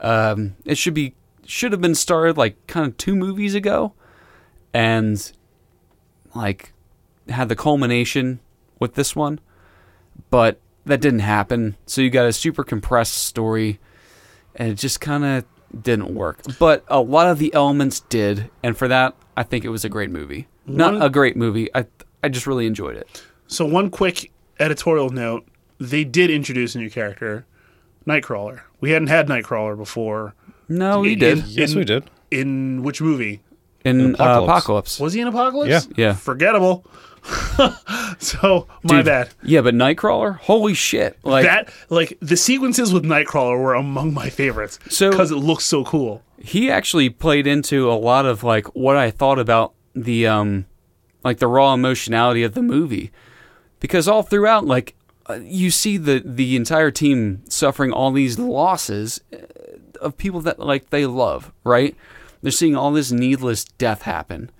B: Um, it should be should have been started like kind of two movies ago, and like had the culmination with this one, but that didn't happen. So you got a super compressed story, and it just kind of didn't work. But a lot of the elements did, and for that, I think it was a great movie.
A: One-
B: Not a great movie. I I just really enjoyed it.
A: so one quick editorial note: they did introduce a new character, Nightcrawler. We hadn't had Nightcrawler before.
B: No, he
A: In-
B: did
C: yes,
A: in-
C: we did.
A: In which movie
B: in,
C: Apocalypse.
B: Apocalypse. Uh, Apocalypse.
A: was he in Apocalypse?
C: Yeah.
B: Yeah.
A: forgettable. so my
B: Dude,
A: bad.
B: Yeah, but Nightcrawler, holy shit! Like
A: that like the sequences with Nightcrawler were among my favorites
B: So-
A: because it looks so cool.
B: he actually played into a lot of like what I thought about the um like the raw emotionality of the movie because all throughout like uh, you see the the entire team suffering all these losses uh, of people that like they love, right? They're seeing all this needless death happen.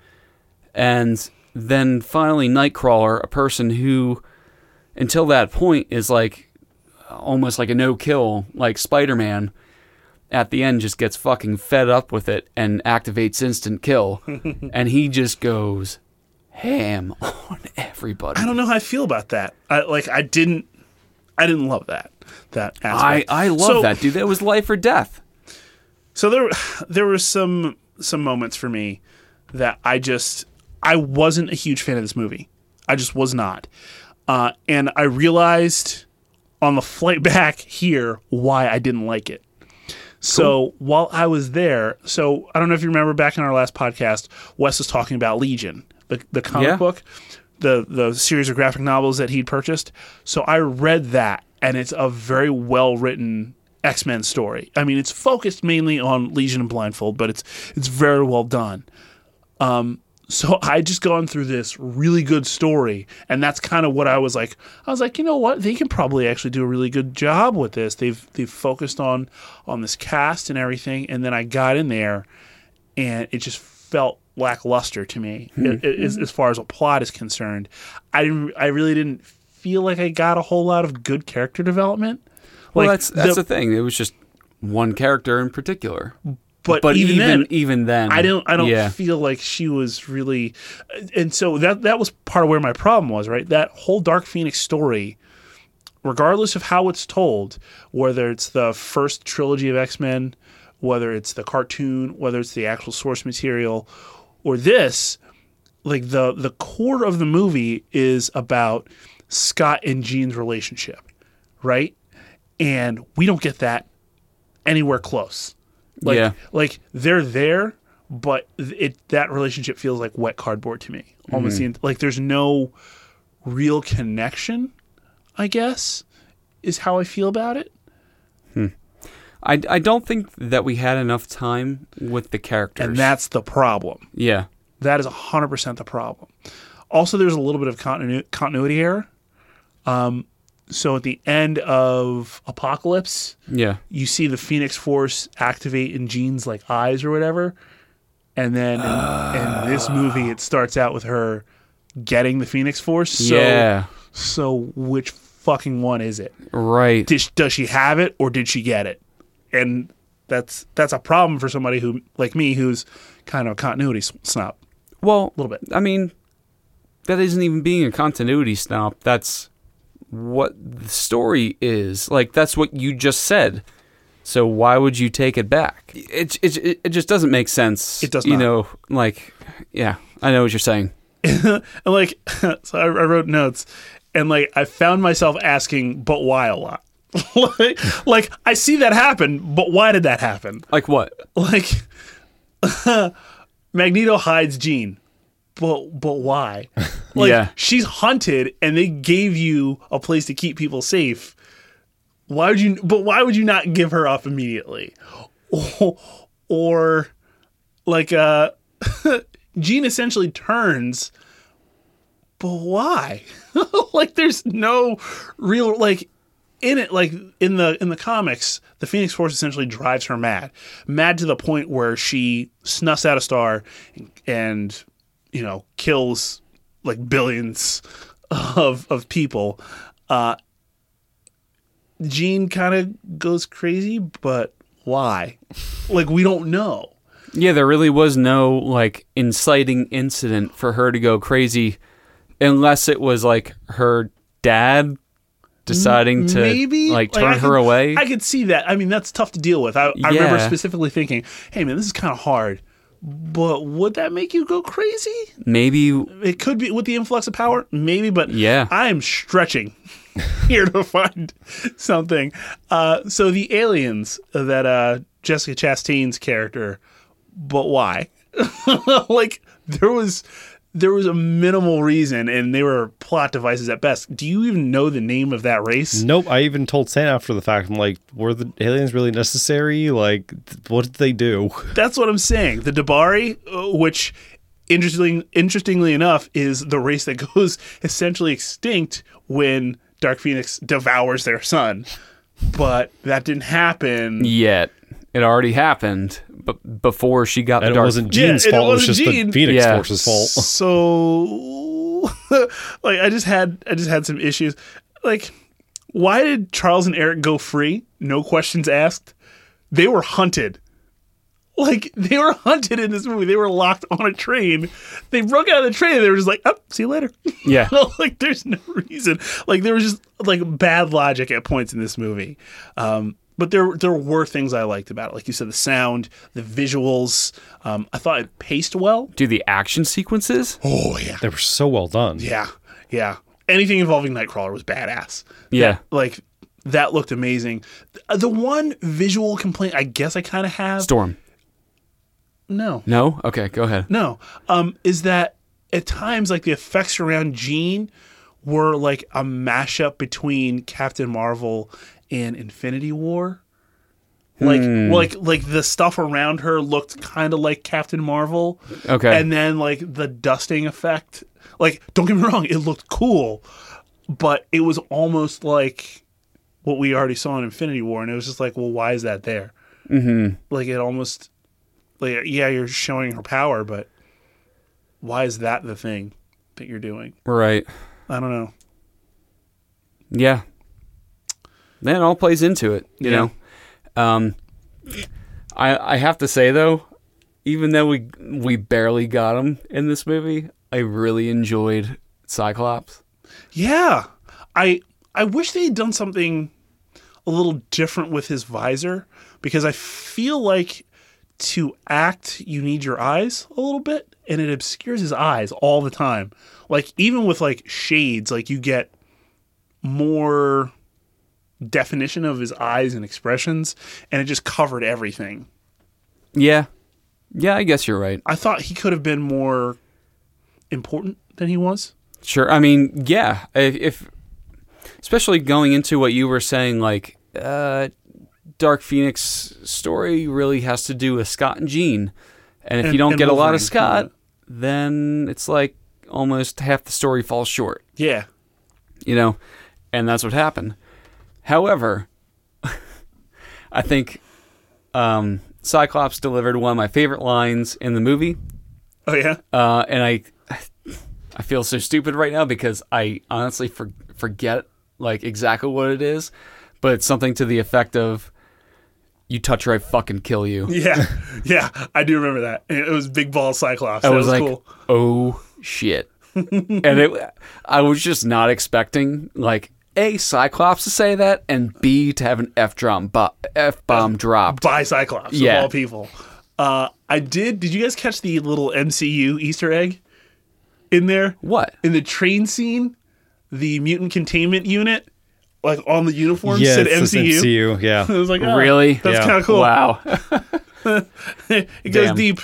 B: And then finally Nightcrawler, a person who until that point is like almost like a no kill like Spider-Man at the end just gets fucking fed up with it and activates instant kill and he just goes ham on everybody.
A: I don't know how I feel about that. I like I didn't I didn't love that that
B: I,
A: aspect.
B: I love
A: So-
B: that dude. That was life or death.
A: So there there were some some moments for me that I just I wasn't a huge fan of this movie. I just was not. Uh, and I realized on the flight back here why I didn't like it. So while I was there, so I don't know if you remember back in our last podcast, Wes was talking about Legion, the, the comic
B: Yeah.
A: book. the the series of graphic novels that he'd purchased. So I read that, and it's a very well written X Men story. I mean, it's focused mainly on Legion and Blindfold, but it's it's very well done. So I just gone through this really good story, and that's kind of what I was like. I was like, you know what? They can probably actually do a really good job with this. They've they've focused on on this cast and everything, and then I got in there, and it just felt lackluster to me
B: Hmm.
A: It- it- as, as far as a plot is concerned. I didn't. I really didn't feel like I got a whole lot of good character development.
B: Well,
A: Like,
B: that's that's
A: the-
B: the, thing. It was just one character in particular.
A: but,
B: But even
A: even then,
B: even, then,
A: I don't I don't
B: Yeah,
A: feel like she was really and so that that was part of where my problem was, right? That whole Dark Phoenix story regardless of how it's told, whether it's the first trilogy of X-Men, whether it's the cartoon, whether it's the actual source material or this, like the the core of the movie is about Scott and Jean's relationship, right? And we don't get that anywhere close. Like,
B: Yeah.
A: like they're there, but it that relationship feels like wet cardboard to me. Almost the, like there's no real connection. I guess is how I feel about it.
B: I, I don't think that we had enough time with the characters.
A: And that's the problem.
B: yeah,
A: That is 100% the problem. Also, there's a little bit of continu- continuity error. Um, so at the end of Apocalypse,
B: yeah.
A: you see the Phoenix Force activate in Jean's like eyes or whatever. And then in, in this movie, it starts out with her getting the Phoenix Force. So,
B: yeah,
A: so which fucking one is it?
B: right.
A: Does, does she have it or did she get it? And that's that's a problem for somebody who like me who's kind of a continuity s- snob.
B: well, a
A: little bit.
B: I mean, that isn't even being a continuity snob. That's what the story is. Like that's what you just said. So why would you take it back? It it it it just doesn't make sense.
A: It does
B: You
A: not.
B: know, like yeah, I know what you're saying.
A: And like, so I, I wrote notes, and like, I found myself asking, "But why a lot?" like, like I see that happen, but why did that happen?
B: Like what?
A: Like, Magneto hides Jean, but but why? Like,
B: Yeah.
A: she's hunted, and they gave you a place to keep people safe. Why would you? But why would you not give her up immediately? Or, or like, uh, Jean essentially turns but why? like there's no real like in it like in the in the comics, the Phoenix Force essentially drives her mad. Mad to the point where she snuffs out a star and you know, kills like billions of of people. Uh Jean kind of goes crazy, but why? like we don't know.
B: Yeah, there really was no like inciting incident for her to go crazy, unless it was like her dad deciding to
A: maybe
B: like turn
A: I
B: her
A: could-
B: away.
A: I could see that. I mean, that's tough to deal with. I, I remember
B: Yeah.
A: specifically thinking, "Hey, man, this is kind of hard." But would that make you go crazy?
B: maybe
A: It could be with the influx of power, maybe. But
B: Yeah.
A: I am stretching here to find something. Uh, so the aliens that uh, Jessica Chastain's character, but why? like there was there was a minimal reason, and they were plot devices at best. Do you even know the name of that race?
C: Nope. I even told Stan after the fact, I'm like, were the aliens really necessary? Like, th- what did they do?
A: That's what I'm saying. The Dabari, uh, which interesting, interestingly enough, is the race that goes essentially extinct when Dark Phoenix devours their son. But that didn't happen.
B: yet. It already happened, but before she got the
C: And it
B: dark.
C: wasn't
A: Yeah,
C: Jean's
A: and it
C: fault. It was
A: wasn't
C: just
A: Jean.
C: the Phoenix
B: Yeah.
C: Force's fault.
A: So, like, I just had I just had some issues. Like, why did Charles and Eric go free? No questions asked. They were hunted. Like they were hunted in this movie. They were locked on a train. They broke out of the train. And they were just like, "Up, see you later."
B: Yeah.
A: like there's no reason. Like there was just like bad logic at points in this movie. Um, but there there were things I liked about it. Like you said, the sound, the visuals. Um, I thought it paced well.
B: Do the action sequences?
A: Oh yeah,
C: They were so well done.
A: yeah, yeah. Anything involving Nightcrawler was badass.
B: Yeah.
A: Like that looked amazing. Th- The one visual complaint I guess I kind of have.
B: Storm.
A: no,
B: No? Okay, go ahead.
A: no. Um, is that at times like the effects around Jean were like a mashup between Captain Marvel and Infinity War. Like like like the stuff around her looked kind of like Captain Marvel.
B: Okay.
A: And then like the dusting effect. Like don't get me wrong, it looked cool, but it was almost like what we already saw in Infinity War and it was just like, well, why is that there? Mm-hmm. Like it almost like yeah, you're showing her power, but why is that the thing that you're doing?
B: Right.
A: I don't know.
B: Yeah. Then it all plays into it, you
A: Yeah.
B: know. Um, I I have to say though, even though we we barely got him in this movie, I really enjoyed Cyclops.
A: Yeah. I I wish they had done something a little different with his visor because I feel like to act you need your eyes a little bit and it obscures his eyes all the time. Like even with like shades like you get more definition of his eyes and expressions and it just covered everything.
B: Yeah. Yeah, I guess you're right.
A: I thought he could have been more important than he was.
B: Sure. I mean, yeah. If, if especially going into what you were saying, like uh, Dark Phoenix story really has to do with Scott and Jean, and if
A: And-
B: you don't
A: and
B: get a lot
A: Wolverine,
B: of Scott,
A: yeah.
B: then it's like almost half the story falls short,
A: Yeah.
B: you know, and that's what happened. However, I think um, Cyclops delivered one of my favorite lines in the movie
A: Oh yeah.
B: uh, and I I feel so stupid right now because I honestly for, forget like exactly what it is, but it's something to the effect of "You touch her, I fucking kill you."
A: Yeah, yeah, I do remember that. And It was big ball Cyclops.
B: I
A: That
B: was,
A: was,
B: like,
A: cool.
B: "Oh shit," and it I was just not expecting like a Cyclops to say that and B to have an F bomb F bomb dropped.
A: By Cyclops
B: Yeah.
A: of all people. Uh, I did. Did you guys catch the little MCU Easter egg in there?
B: What?
A: in the train scene? The mutant containment unit, like on the uniform,
C: Yeah,
A: said
C: it says
A: MCU.
C: MCU.
A: I
C: Yeah.
A: was like, oh,
B: Really?
A: That's
C: Yeah.
A: kind of cool.
B: Wow.
A: it goes
B: Damn.
A: deep.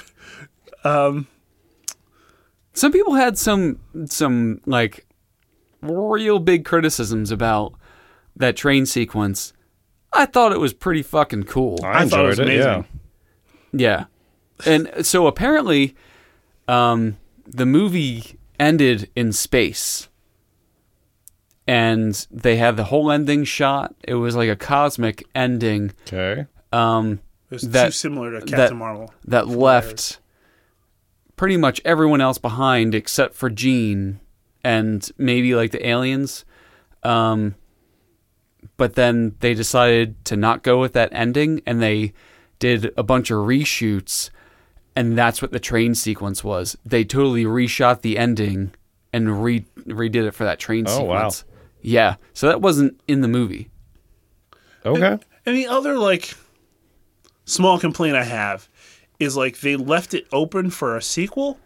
B: some people had some some like real big criticisms about that train sequence. I thought it was pretty fucking cool.
C: I
A: I thought it was
C: enjoyed it. Yeah.
A: amazing.
B: Yeah. And so apparently um the movie ended in space. And they had the whole ending shot. It was like a cosmic ending.
C: Okay.
B: Um
A: It was
B: That-
A: too similar to Captain
B: that-
A: Marvel.
B: that left pretty much everyone else behind except for Jean and maybe like the aliens. Um, but then they decided to not go with that ending and they did a bunch of reshoots. And that's what the train sequence was. They totally reshot the ending and re- redid it for that train
C: Oh, wow.
B: sequence. Yeah. So that wasn't in the movie.
C: Okay.
A: And the other like small complaint I have is like they left it open for a sequel.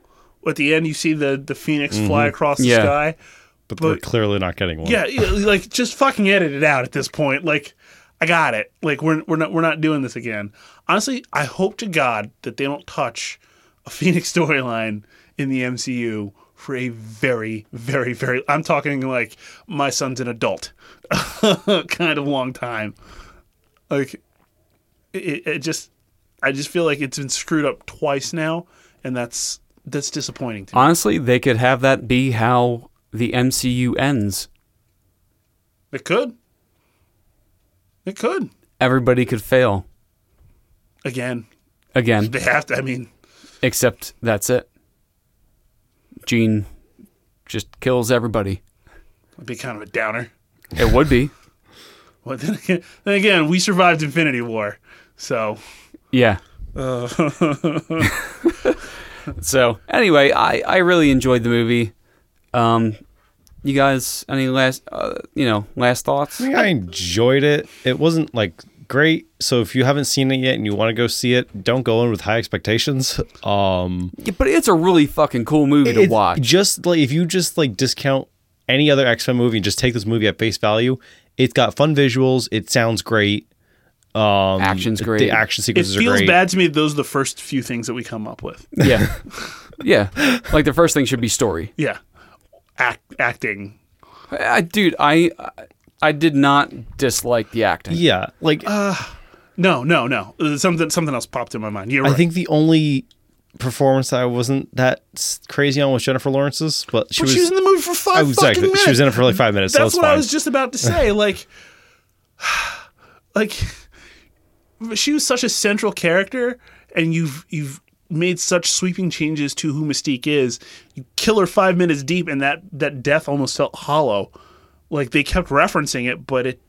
A: At the end, you see the the phoenix fly across the
B: Yeah.
A: sky.
C: But we're
A: But-
C: clearly not getting one.
A: Yeah, yeah, like just fucking edit it out at this point. Like, I got it. Like we're we're not we're not doing this again. Honestly, I hope to God that they don't touch a Phoenix storyline in the MCU for a very very very. I'm talking like my son's an adult, kind of long time. Like, it, it just I just feel like it's been screwed up twice now, and that's that's disappointing to me.
B: Honestly, they could have that be how the MCU ends.
A: It could. It could.
B: Everybody could fail.
A: Again,
B: again,
A: They have to. I mean,
B: except that's it. Gene just kills everybody.
A: it'd be kind of a downer.
B: It would be.
A: Well, then, again, then again, we survived Infinity War, so
B: Yeah. so anyway, I, I really enjoyed the movie. Um, you guys, any last uh, you know last thoughts?
C: I think I enjoyed it. It wasn't like great. So if you haven't seen it yet and you want to go see it, don't go in with high expectations. Um
B: Yeah, but it's a really fucking cool movie to
C: it's
B: watch.
C: Just like if you just like discount any other X Men movie and just take this movie at face value, it's got fun visuals. It sounds great. Um,
B: Action's
C: the-
B: great.
C: The action
A: It
C: sequences
A: feels
C: are great.
A: bad to me. that Those are the first few things that we come up with.
B: Yeah. yeah. Like the first thing should be story.
A: Yeah, Act, acting.
B: I, dude, I I did not dislike the acting.
C: Yeah, like
A: No, no, no. Uh, Something something else popped in my mind. Yeah, right.
C: I think the only performance that I wasn't that s- crazy on was Jennifer Lawrence's, but she
A: but
C: was,
A: she was in the movie for five
C: I-
A: fucking
C: exactly.
A: minutes.
C: She was in it for like five minutes. so
A: That's
C: that's
A: what
C: fine.
A: I was just about to say. Like, like she was such a central character, and you've you've made such sweeping changes to who Mystique is. You kill her five minutes deep, and that that death almost felt hollow. Like they kept referencing it, but it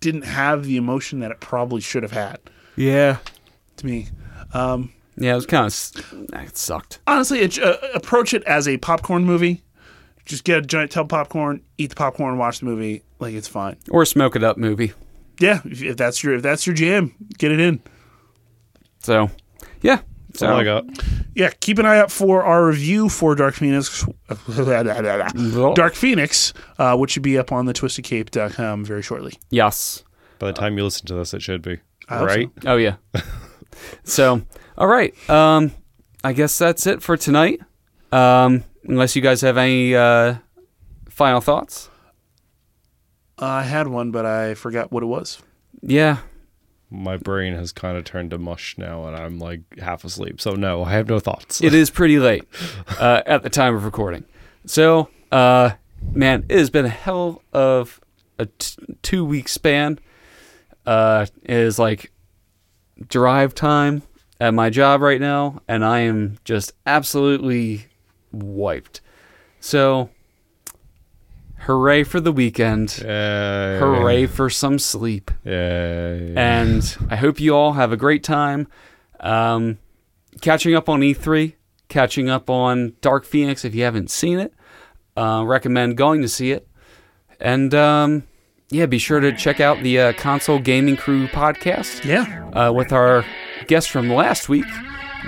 A: didn't have the emotion that it probably should have had.
B: Yeah.
A: To me,
B: Yeah, it was kind of it sucked.
A: honestly, it, uh, approach it as a popcorn movie. Just get a giant tub of popcorn, eat the popcorn, watch the movie. Like it's fine.
B: Or a smoke it up movie.
A: Yeah, if, if that's your if that's your jam, get it in.
B: So, yeah. So
C: Oh my god!
A: Yeah, keep an eye out for our review for Dark Phoenix. Dark Phoenix, uh, which should be up on the twistedcape.com very shortly.
B: Yes.
C: By the time you listen to this, it should be
A: hope so.
C: right.
B: Oh yeah. so, all right. Um, I guess that's it for tonight. Um, unless you guys have any uh, final thoughts.
A: Uh, I had one, but I forgot what it was.
B: Yeah.
C: My brain has kind of turned to mush now, and I'm like half asleep. So no, I have no thoughts.
B: it is pretty late uh, at the time of recording. So, uh, man, it has been a hell of a t- two week span. Uh, it is like drive time at my job right now, and I am just absolutely wiped. So, hooray for the weekend!
C: Yay.
B: Hooray for some sleep
C: Yay.
B: and I hope you all have a great time um, catching up on E3, catching up on Dark Phoenix if you haven't seen it. Uh, recommend going to see it, and um, yeah, be sure to check out the uh, Console Gaming Crew podcast
A: Yeah.
B: uh, with our guest from last week,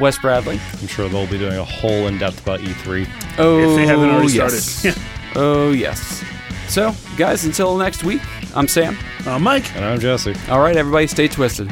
B: Wes Bradley.
C: I'm sure they'll be doing a whole in depth about E E3.
B: Oh,
A: they haven't already
B: yes.
A: started.
B: oh yes. So, guys, until next week, I'm Sam.
A: Uh, Mike,
C: And I'm Jesse.
B: All right, everybody, stay twisted.